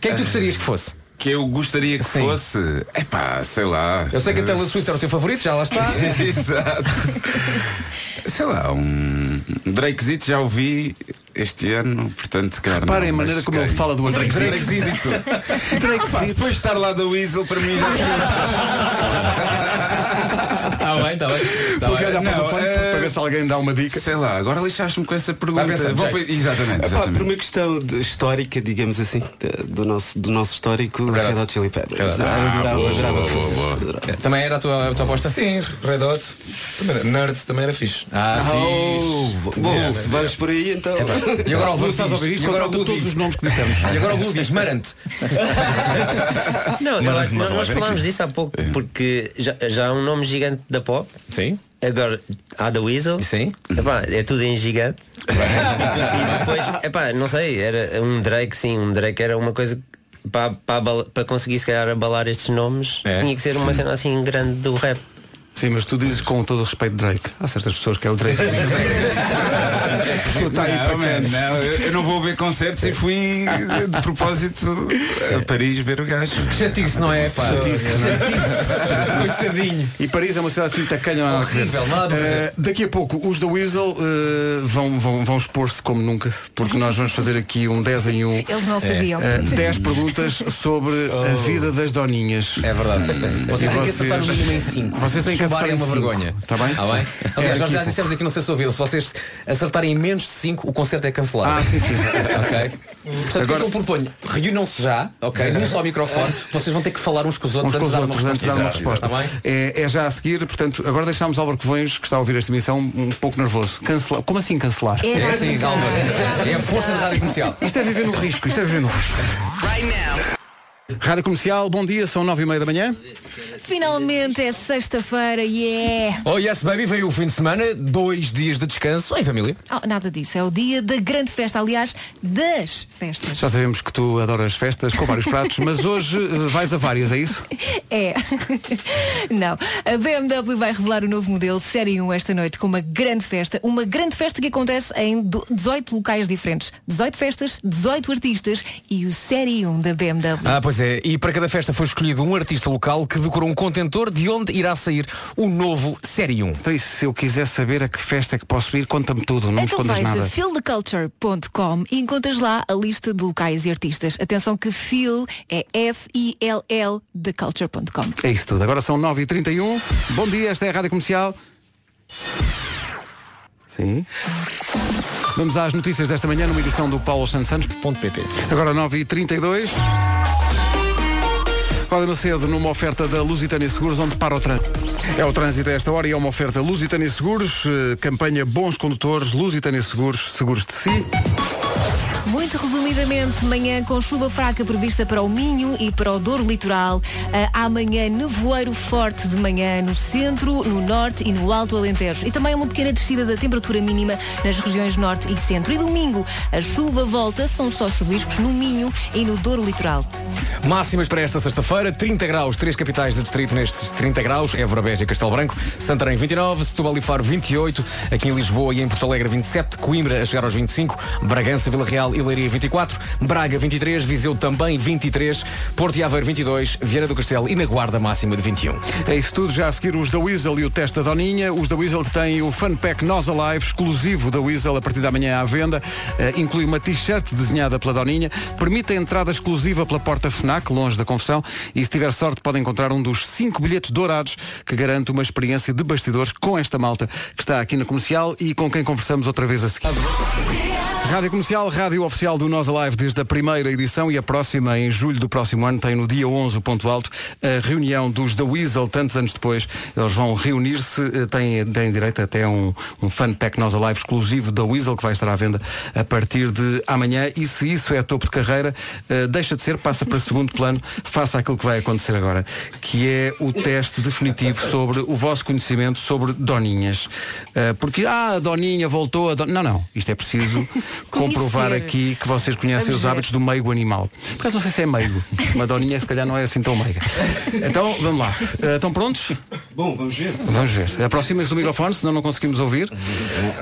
Quem é que tu gostarias que fosse? Que eu gostaria que fosse. Epá, sei lá. Eh, Eu sei que a Taylor Swift era o teu favorito, já lá está. Exato. Sei lá, um Drakezito já ouvi este ano, portanto, se calhar. Reparem não, a maneira mas como ele quem? fala do André Drakezito. é Drakezito. Depois de estar lá da Weasel, para mim já foi. Ah, Está bem, está bem. Tá Vou olhar bem. para o telefone para- para ver se alguém dá uma dica. Sei lá, agora lixaste-me com essa pergunta. Então, Vou pe- É Exatamente, Ah, pá, exatamente. por uma questão de- histórica, digamos assim, de- do nosso, do nosso histórico, Red Hot Chili Peppers. Ah, Ah, boa, adorava, adorava. boa, boa, boa. É, Também era a tua, a tua aposta? Sim, Red Hot. Também era- Nerd também era fixe. Ah, Oh, fixe. bom, Yeah, se yeah. vais por aí, então- É pá. E agora o Lu Tu diz, estás a ouvir isto, e agora o controla Lu todos diz. os nomes que dissemos. E agora o Lu diz, Marante. Não, eu- Mas- nós, mas nós olha, falámos aqui. disso há pouco, porque já, já há um nome gigante da pop. É. Sim. Agora há da Weasel. Sim. Epá, é tudo em gigante. e depois, epá, não sei, era um Drake, sim, um Drake era uma coisa que para, para, abala- para conseguir se calhar abalar estes nomes É, tinha que ser uma sim. cena assim grande do rap. Sim, mas tu dizes com todo o respeito Drake. Há certas pessoas que é o Drake. Não, mano, não, eu eu não vou ver concertos e fui eh, de propósito a Paris ver o gajo. Que chatice, não é? pá? Coitadinho. E Paris é uma cidade assim Oh, tacanha. não há nada a ver. Horrível, nada para fazer. Eh, daqui a pouco, os da Weasel eh, vão, vão, vão expor-se como nunca, porque nós vamos fazer aqui um 10 em 1. Eles É. não sabiam. 10 perguntas sobre a vida das doninhas. Oh. Eh, É verdade. Vocês têm que vocês- acertar no mínimo em 5. Vocês têm que acertar é em uma cinco. vergonha. Tá bem? Tá bem? É, Aliás, nós daqui a já pouco. dissemos aqui, não sei se ouviram, se vocês acertarem em menos de 5, o concerto é cancelado. Ah, sim, sim. ok? Portanto, o que é que eu proponho? Reúnam-se já, ok? Num só microfone, vocês vão ter que falar É. uns com os outros Uns com os antes de dar uma outros, antes de resposta. dar uma Exato, resposta. exato, tá bem? É, é já a seguir, portanto, agora deixámos Álvaro Covões, que está a ouvir esta emissão, um pouco nervoso. Cancelar. Como assim cancelar? É assim, calma. É a força da rádio comercial. Isto é viver no risco, isto é viver no risco. Rádio Comercial, bom dia, são nove e meia da manhã. Finalmente é sexta-feira, é- yeah! Oh yes baby, veio o fim de semana, dois dias de descanso em família. Oh, nada disso, é o dia da grande festa, aliás, das festas. Já sabemos que tu adoras festas com vários pratos, mas hoje eh, vais a várias, é isso? É. Não. A BMW vai revelar o novo modelo Série 1 esta noite com uma grande festa. Uma grande festa que acontece em do- 18 locais diferentes. 18 festas, 18 artistas e o Série 1 da BMW. Ah, pois é. E para cada festa foi escolhido um artista local que decorou um contentor de onde irá sair o novo Série 1. Então, e se eu quiser saber a que festa é que posso ir, conta-me tudo, não me Então escondas vais a nada. fieldculture.com e encontras lá a lista de locais e artistas. Atenção que Feel é F-I-L-L de culture.com. É isso tudo. Agora são 9h31. Bom dia, esta é a Rádio Comercial. Sim. Vamos às notícias desta manhã numa edição do Paulo Santos Santos.pt. Agora 9h32. Cláudia Macedo numa oferta da Lusitânia Seguros, onde para o trânsito. É o trânsito a esta hora e é uma oferta Lusitânia Seguros, eh, campanha Bons Condutores, Lusitânia Seguros, Seguros de Si. Muito resumidamente, manhã com chuva fraca prevista para o Minho e para o Douro Litoral. Ah, Amanhã, nevoeiro forte de manhã no centro, no norte e no Alto Alentejo. E também uma pequena descida da temperatura mínima nas regiões norte e centro. E domingo, a chuva volta, são só chuviscos no Minho e no Douro Litoral. Máximas para esta sexta-feira, 30 graus, três capitais de distrito nestes 30 graus, Évora, Beja e Castelo Branco, Santarém 29, Setúbal e Faro 28, aqui em Lisboa e em Porto Alegre 27, Coimbra a chegar aos 25, Bragança, Vila Real e Leiria 24, Braga 23, Viseu também 23, Porto e Aveiro 22, Vieira do Castelo e um. na Guarda máxima de 21. É isso tudo, já a seguir os da Weasel e o teste da Doninha. Os da Weasel que têm o Fun Pack Nós Alive, exclusivo da Weasel, a partir da manhã à venda. Eh, inclui uma t-shirt desenhada pela Doninha. Permite a entrada exclusiva pela porta FNAC, longe da confusão. E se tiver sorte, pode encontrar um dos cinco bilhetes dourados que garante uma experiência de bastidores com esta malta que está aqui na comercial e com quem conversamos outra vez a seguir. Rádio Comercial, rádio oficial do Nós Alive desde a primeira edição e a próxima em julho do próximo ano tem no dia 11 o ponto alto a reunião dos The Weasel tantos anos depois eles vão reunir-se eh, têm, têm direito até a um, um fan pack Nós Alive exclusivo da Weasel que vai estar à venda a partir de amanhã e se isso é topo de carreira eh, deixa de ser, passa para segundo plano faça aquilo que vai acontecer agora que é o teste definitivo sobre o vosso conhecimento sobre Doninhas Eh, porque ah, a Doninha voltou a Don... não, não, isto é preciso comprovar Conhecer. aqui que vocês conhecem Vamos os ver. hábitos do meigo animal. Por acaso não sei se é meigo. Uma doninha se calhar não é assim tão meiga. Então, vamos lá. Eh, estão prontos? Bom, vamos ver. Vamos ver. Aproximem-se do microfone, senão não conseguimos ouvir.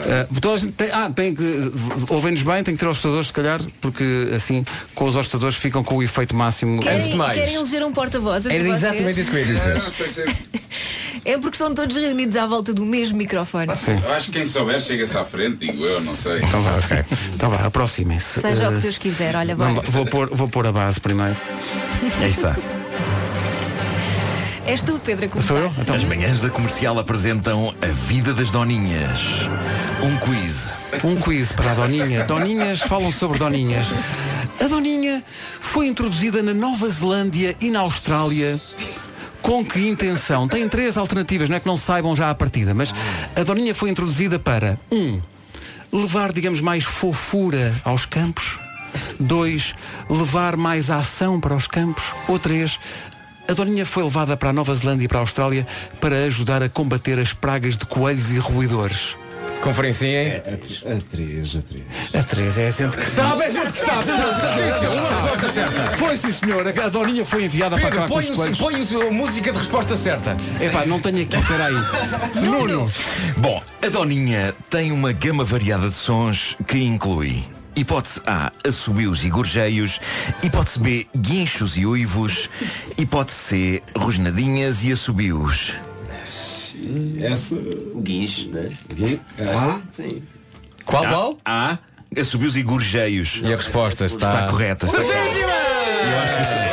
Eh, toda a gente tem- ah, tem que. Ouvem-nos bem, tem que ter ostadores, se calhar, porque assim, com os ostadores ficam com o efeito máximo. Querem, querem eleger um porta-voz? entre vocês? É porque estão todos reunidos à volta do mesmo microfone. Eu acho que quem souber chega-se à frente, digo eu, não sei. Então vá, ok. Então vá, aproximem-se. Seja o Eh, que Deus quiser, olha, vamos bora. lá, vou, pôr, vou pôr a base primeiro. Aí está. És tu, Pedro, a começar. Então, As manhãs da comercial apresentam A Vida das Doninhas. Um quiz. Um quiz para a Doninha. Doninhas falam sobre Doninhas. A Doninha foi introduzida na Nova Zelândia e na Austrália. Com que intenção? Tem três alternativas, não é que não saibam já à partida, mas a Doninha foi introduzida para um, Levar, digamos, mais fofura aos campos. dois, Levar mais ação para os campos. Ou três, A Doninha foi levada para a Nova Zelândia e para a Austrália para ajudar a combater as pragas de coelhos e roedores. Conferencinha, hein? É, A 3, a 3. A 3 é a gente que sabe, é a gente que sabe. Não, é certíssimo, uma resposta certa. Foi sim, senhor. A Doninha foi enviada Pedro, para cá com põe os o- coelhos. põe o- a música de resposta certa. Epá, não tenho aqui, peraí. Nuno. Bom, a Doninha tem uma gama variada de sons que inclui hipótese A, assobios e gorjeios, hipótese B, guinchos e uivos, hipótese C, rosnadinhas e assobios. Essa. Guincho, né? Ah? Sim. Qual, a, qual? A, assobios e gorjeios. E a resposta está, correta. está correta. Eu acho que sim.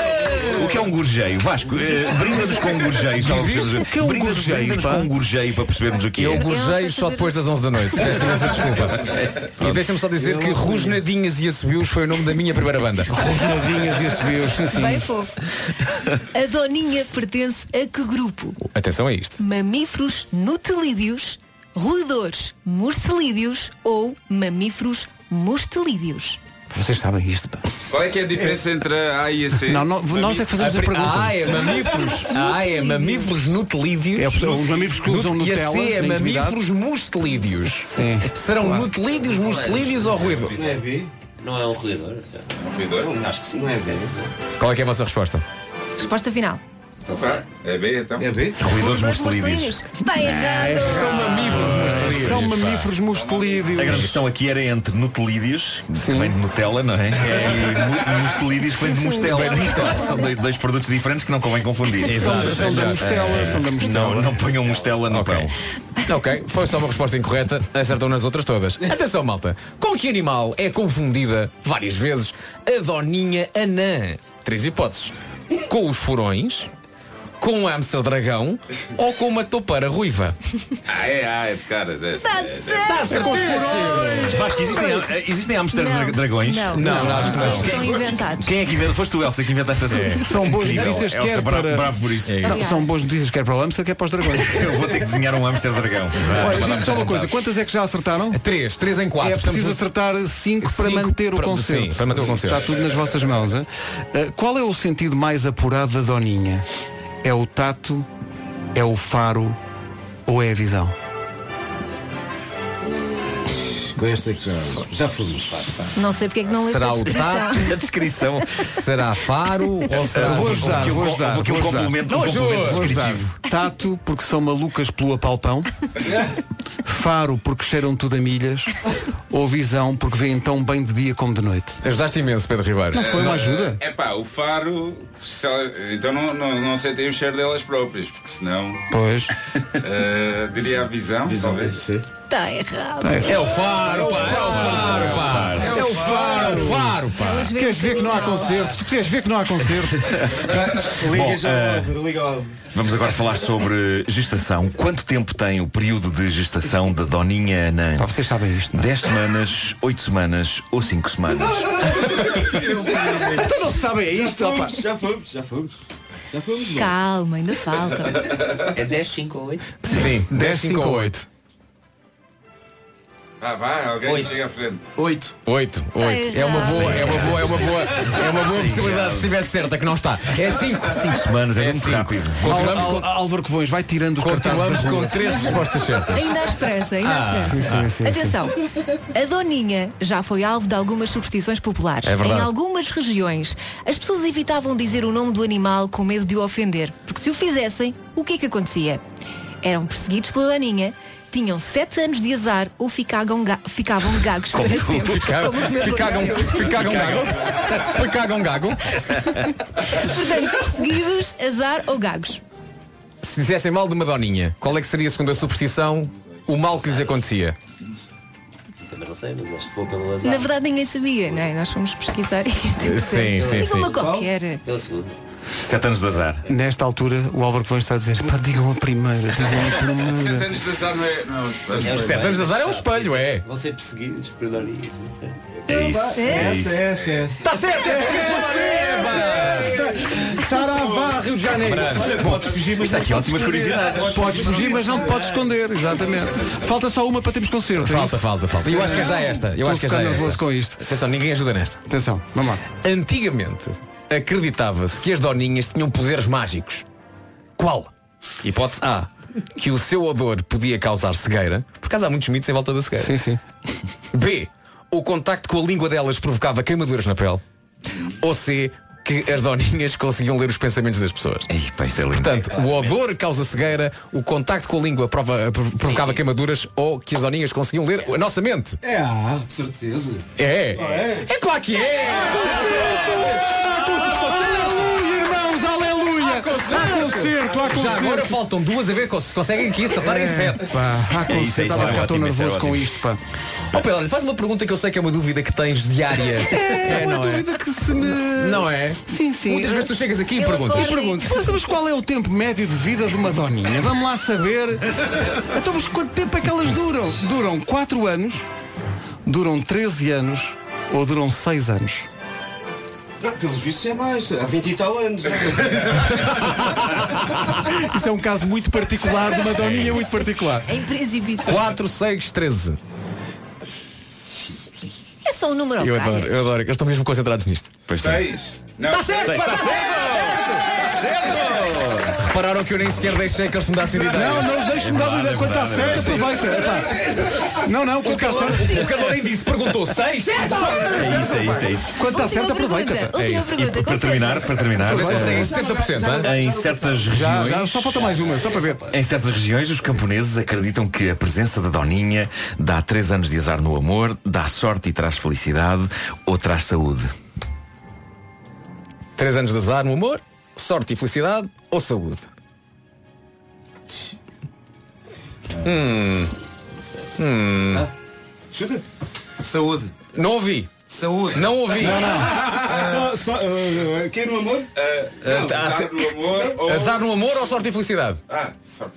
O que é um gorjeio? Vasco, eh, brinda-nos com um gorjeio. já Diz isso? percebemos. O que é um Brinda-nos- gorjeio, Brinda-nos pá? com um gorjeio para percebermos o que é. Eu gorjeio só depois das 11 da noite. Peço imensa desculpa. E deixa-me só dizer que Rusnadinhas e Assobios foi o nome da minha primeira banda. Rusnadinhas e Assobios, sim, Bem fofo. A Doninha pertence a que grupo? Atenção a isto. Mamíferos nutelídeos, roedores morcelídeos ou mamíferos mustelídeos? Vocês sabem isto, pá. Qual é que é a diferença entre a A e a C? Não, não, nós é que fazemos a, pergunta. Ah, Ah, é mamíferos nutelídeos. É, os mamíferos que usam E a Nutella C é na intimidade. mamíferos mustelídeos. Sim. Serão nutelídeos, mustelídeos ou ruído? Não é B? Não é um roedor? Um roedor? Acho que sim. Não é B. Qual é que é a vossa resposta? Resposta final. Então, vá. é B então? É B? Ruidores Está errado. São mamíferos mustelídeos. São pá. mamíferos mustelídeos. A grande questão aqui era entre nutelídeos, que vem de Nutella, não é? E mu- mustelídeos que vem de Mustela. então. São dois, dois produtos diferentes que não convém confundir. Exato. São da Mustela, são É, da Mustela. Não, não ponham Mustela no pão. Ok, foi só uma resposta incorreta, acertam nas outras todas. Atenção, malta. Com que animal é confundida várias vezes a doninha anã? Três hipóteses. Com os furões, com o hamster dragão ou com uma topeira ruiva? Ah, é A, é de caras. assim. É, Está é, é. Vasco, existem, existem hamsters Não. dra- dragões? Não, acho que São inventados. Quem é que inventa? Foste tu, Elsa, que inventaste essa. É. São boas Incrível. notícias Elsa, quer bravo, para... É bravo por isso. Não, são boas notícias quer para o hamster, quer para os dragões. Eu vou ter que desenhar um hamster dragão. Vá, Olha, mandamos digo só uma à coisa, vontade. quantas é que já acertaram? Três, três em quatro. É preciso Estamos- acertar cinco para Cinco manter o para- conceito. sim, para manter o concerto. Está tudo nas vossas mãos. Hein? Ah, qual é o sentido mais apurado da Doninha? É o tato, é o faro ou é a visão? Com esta que já, já produz. Não sei porque é que não lês a Será o descrição. tato? A descrição. Será faro ou será... Eu vou ajudar, Houve aqui um- vou houve ajudar. aqui um vou ajudar. complemento- um complemento Vou ajudar. descritivo. Tato, porque são malucas pelo apalpão. Faro, porque cheiram tudo a milhas. Ou visão, porque veem tão bem de dia como de noite. Ajudaste imenso, Pedro Ribeiro. Não foi uma ajuda? É pá, o faro. se ela- Então não, não, não aceitem o cheiro delas próprias, porque senão. Pois. eh, diria a visão, talvez. Está errado. É o faro, pá. É o faro, pá. É o faro, é o faro, pá. Tu Queres ver que não há concerto? Tu queres ver que não há concerto? Bom, eh, Álvaro, liga ao Álvaro. Vamos agora falar sobre gestação. Quanto tempo tem o período de gestação da Doninha Anã? Pá, vocês sabem isto. 10 semanas, 8 semanas ou 5 semanas? Então não sabem isto, já fomos, já fomos, já fomos. Já fomos, não. Calma, ainda falta. É 10, 5 ou 8? Sim, 10, 5 ou 8. Vá, vá, Ah, alguém chega à frente. 8. 8, 8. É uma errado. boa, é uma boa, é uma boa, é uma boa possibilidade se estivesse certa que não está. É 5. 5 semanas, é muito cinco. rápido. Continuamos Al- Al- Álvaro Covões vai tirando o cartaz Continuamos das com ruas. três respostas certas. Ainda há esperança, ainda há Ah, esperança. sim, sim, sim, sim. Atenção, a Doninha já foi alvo de algumas superstições populares. É verdade. em algumas regiões, as pessoas evitavam dizer o nome do animal com medo de o ofender, porque se o fizessem, o que é que acontecia? Eram perseguidos pela Doninha, tinham sete anos de azar ou ficavam, ga ficavam gagos para sempre. Ficaram, Como o meu ficaram, aconteceu. ficaram gago. Ficaram gago. Portanto, perseguidos, azar ou gagos. Se dissessem mal de uma doninha, qual é que seria, segundo a superstição, o mal que lhes acontecia? Também não sei, mas acho que vou pelo azar. Na verdade ninguém sabia, não é? Nós fomos pesquisar isto. Sim, sim, Diga sim. uma qualquer. Pelo segundo. Sete anos de azar. Nesta altura, o Álvaro Covões está a dizer, pá, digam a primeira, digam a primeira. Sete anos de azar não é. Não, é um espelho. É um espelho. Vamos azar é um espelho, é. Vão ser perseguidos por Doni. É isso. É isso. essa, essa. Tá Está certo, é Saravá, Rio de Janeiro. Podes fugir, mas é daqui ótimas curiosidades. Podes fugir, mas não te podes esconder, exatamente. Falta só uma para termos concerto. Falta, falta, falta. Eu acho que é já esta. Eu Estou acho que é já ficando esta. nervoso com isto. Atenção, ninguém ajuda nesta. Atenção, vamos lá. Antigamente acreditava-se que as doninhas tinham poderes mágicos. Qual? Hipótese A. Que o seu odor podia causar cegueira. Por acaso há muitos mitos em volta da cegueira. Sim, sim. B. O contacto com a língua delas provocava queimaduras na pele. Ou C. Que as doninhas conseguiam ler os pensamentos das pessoas. Ei, pá, isto é lindo. Portanto, o odor causa cegueira, o contacto com a língua prova- eh, prov- provocava queimaduras ou que as doninhas conseguiam ler a nossa mente. É ah, de certeza. É. Ah, É. É claro que é. É Aleluia, irmãos, aleluia. É Há concerto, há Ah, Já agora concerto. faltam duas a ver se conseguem aqui safarem sete. Pá, É isso, há concerto. é isso, Estava a é ficar tão ótimo, isso é nervoso com ótimo. isto, pá. Ó Pedro, olha, faz uma pergunta que eu sei que é uma dúvida que tens diária. É, uma não é? dúvida que se me... Não é? Sim, sim. Muitas vezes tu chegas aqui e E perguntas. pergunto, então, mas qual é o tempo médio de vida de uma doninha? Vamos lá saber. Então, mas quanto tempo é que elas duram? Duram 4 anos, duram 13 anos ou duram 6 anos? Não, pelos vistos é mais. Há 20 e tal anos. Isso é um caso muito particular de uma doninha muito particular. Em princípio, isso 4, 6, 13. é só um número. Eu ok? adoro, eu adoro. Eles estão mesmo concentrados nisto. Pois tem. Seis. Não, Tá certo, está Tá certo! Repararam que eu nem sequer deixei que eles me dassem ideia. Não, não os deixo mudar de ideia quando está certo, aproveita. epá. Não, não, quando está certo, O Carlos nem disse, perguntou 6. É isso, é isso, é isso. quando está tá certo, Última aproveita. pergunta, É pá. Última isso. E pergunta. para terminar, para terminar, Talvez conseguem eh, 70%. hein? em certas Já, regiões. já, só falta mais uma, só para ver. Em certas regiões, os camponeses acreditam que a presença da Doninha dá três anos de azar no amor, dá sorte e traz felicidade ou traz saúde. 3 anos de azar no amor, sorte e felicidade ou saúde? Hum. Ah, Ajuda. Saúde. Não ouvi. Saúde. É Não ouvi. Só, só, ah, ah, quem no amor? Ah, não, tá- azar no amor ou... Azar no amor ou sorte e felicidade? Ah, sorte.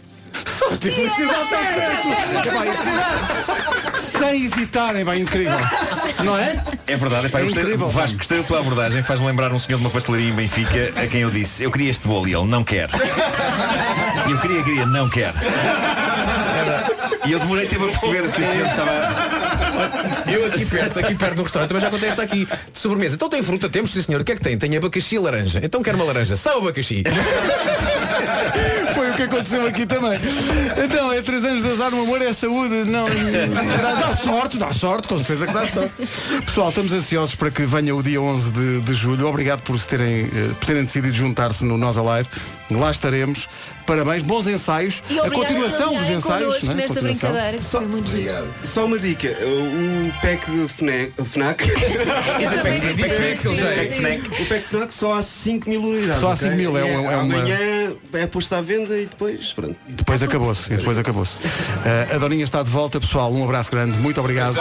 Sorte e felicidade está É, certo. Epá, isso- Sem hesitarem, vai incrível. Não é? É verdade, epá, É eu gostei, incrível, Vasco, gostei da tua abordagem, faz-me lembrar um senhor de uma pastelaria em Benfica a quem eu disse, eu queria este bolo e ele não quer. Eu queria, queria, não quer. E eu demorei tipo tempo a perceber que o senhor estava. Eu aqui perto, aqui perto do restaurante, mas já contei esta aqui de sobremesa. Então tem fruta, temos, sim senhor. O que é que tem? Tem abacaxi e laranja. Então quero uma laranja. Sabe abacaxi? Foi o que aconteceu aqui também. Então, é três anos de azar no amor, é saúde. Não, dá, dá sorte, dá sorte, com certeza que dá sorte. Pessoal, estamos ansiosos para que venha o dia 11 de, de julho. Obrigado por, se terem, eh, por terem decidido juntar-se no Nós Alive. Lá estaremos. Parabéns, bons ensaios. E A obrigada continuação por dos olharem ensaios. connosco não é? né? nesta Continuação. brincadeira, que foi muito giro. Só uma dica, o PEC FNAC, FNAC Eu também Pac- queria Pac- dizer Pac- isso. Pac- o PEC FNAC só há 5 mil unidades. Só há ok? 5 mil, é E um- é uma- Amanhã é posto à venda e depois, pronto. Depois acabou-se, e depois acabou-se. Eh, a Doninha está de volta, pessoal. Um abraço grande, muito obrigado.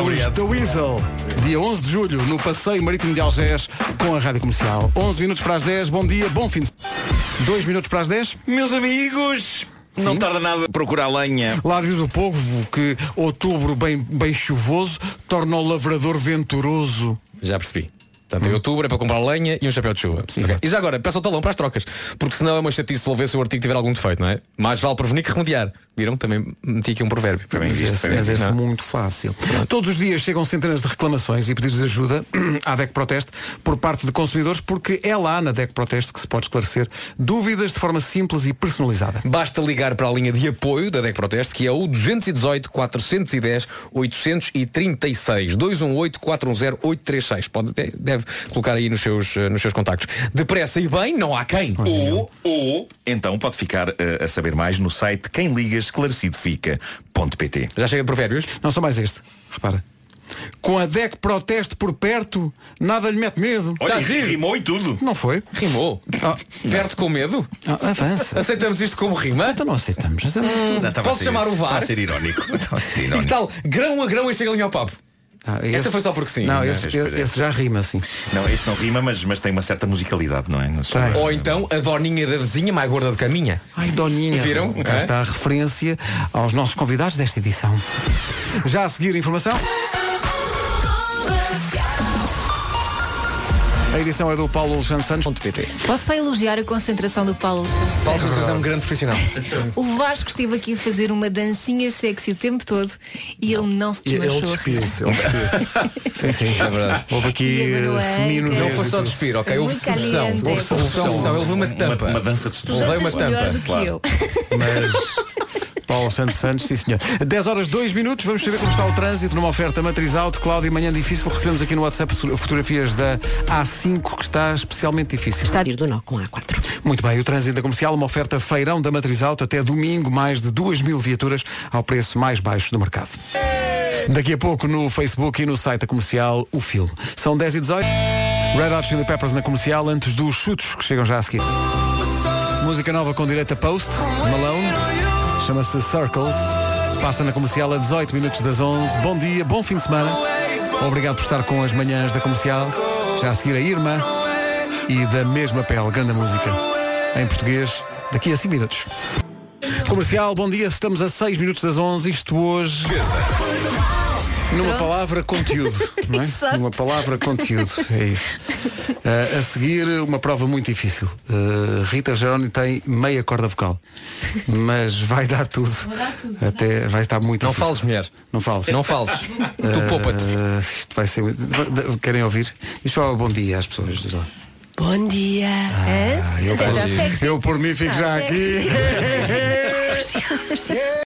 Obrigado. Os The Weasel, dia 11 de julho, no Passeio Marítimo de Algés, com a Rádio Comercial. 11 minutos para as 10, bom dia, bom fim de semana. 2 minutos para as 10. Meus amigos, não tarda nada a procurar lenha. Lá diz o povo que outubro bem, bem chuvoso torna o lavrador venturoso. Já percebi. Portanto, em outubro é para comprar lenha e um chapéu de chuva. Ok. E já agora, peço o talão para as trocas, porque senão é uma chatice devolver se o artigo tiver algum defeito, não é? Mais vale prevenir que remediar. Viram? Também meti aqui um provérbio. Também vi Mas isto, esse, mas esse é Não. muito fácil. Todos os dias chegam centenas de reclamações e pedidos de ajuda à DEC Proteste por parte de consumidores, porque é lá na DEC Proteste que se pode esclarecer dúvidas de forma simples e personalizada. Basta ligar para a linha de apoio da DEC Proteste, que é o 218 410 836 218 410 836. Pode, de- deve colocar aí nos seus, eh, nos seus contactos. Depressa e bem, não há quem. Ou, ou, então pode ficar eh, a saber mais no site quem liga esclarecidofica.pt. Já chega de provérbios? Não só mais este, repara. Com a DEC Proteste por perto, nada lhe mete medo. Olha, Tá giro. rimou e tudo. Não foi? Rimou. Ah, Perto com medo? ah, avança. Aceitamos isto como rima? Então não aceitamos. Não, Hum, estava Posso a ser- chamar o VAR? Estava a ser irónico. Estava a ser E que irónico. tal? Grão a grão e chega ali ao papo. Ah, Essa foi só porque sim, Não, né? esse, Pois, pois é. esse já rima, sim. Não, este não rima, mas, mas tem uma certa musicalidade, não é? Na sua- Ou então a doninha da vizinha mais gorda de caminha. Ai, Doninha. Viram? Cá É? está a referência aos nossos convidados desta edição. Já a seguir a informação. A edição é do Paulo Alexandre Santos.pt. Posso só elogiar a concentração do Paulo Alexandre. Paulo Sousa é um grande profissional. É O Vasco esteve aqui a fazer uma dancinha sexy o tempo todo e ele não se desmanchou. Sim, sim, é verdade. Houve aqui eh, semino. Não de- foi só despir, ok? Houve Muito sedução. caliente. Houve sedução. Ele levou uma tampa. Uma, dança de Tu danças melhor do que eu. Mas Paulo Santos Santos, sim senhor. 10 horas 2 minutos, vamos saber como está o trânsito numa oferta matriz alto. Cláudio, manhã difícil, recebemos aqui no WhatsApp fotografias da A5 que está especialmente difícil. Está a ir do nó com A4. Muito bem, o trânsito da comercial, uma oferta feirão da matriz alto até domingo, mais de 2 mil viaturas ao preço mais baixo do mercado. Daqui a pouco no Facebook e no site da comercial, o filme. São 10 e 18. Red Hot Chili Peppers na comercial, antes dos chutos que chegam já a seguir. Música nova com direita post, Malone, chama-se Circles. Passa na comercial a 18 minutos das 11. Bom dia, bom fim de semana. Obrigado por estar com as manhãs da comercial. Já a seguir a Irma e da mesma pele, grande música. Em português, daqui a 5 minutos. Comercial, bom dia, estamos a 6 minutos das 11. Isto hoje. Numa Pronto. palavra, conteúdo. Não é? Exato. Numa palavra, conteúdo. É isso. Ah, a seguir, uma prova muito difícil. Ah, Rita Geroni tem meia corda vocal. Mas vai dar tudo. Até vai estar muito Não fales, mulher. Não fales. Não fales. Tu Ah, poupa-te. Isto vai ser. muito- Querem ouvir? Diz só bom dia às pessoas. diz lá. Bom dia. Ah, Então, eu, por mim fico já aqui.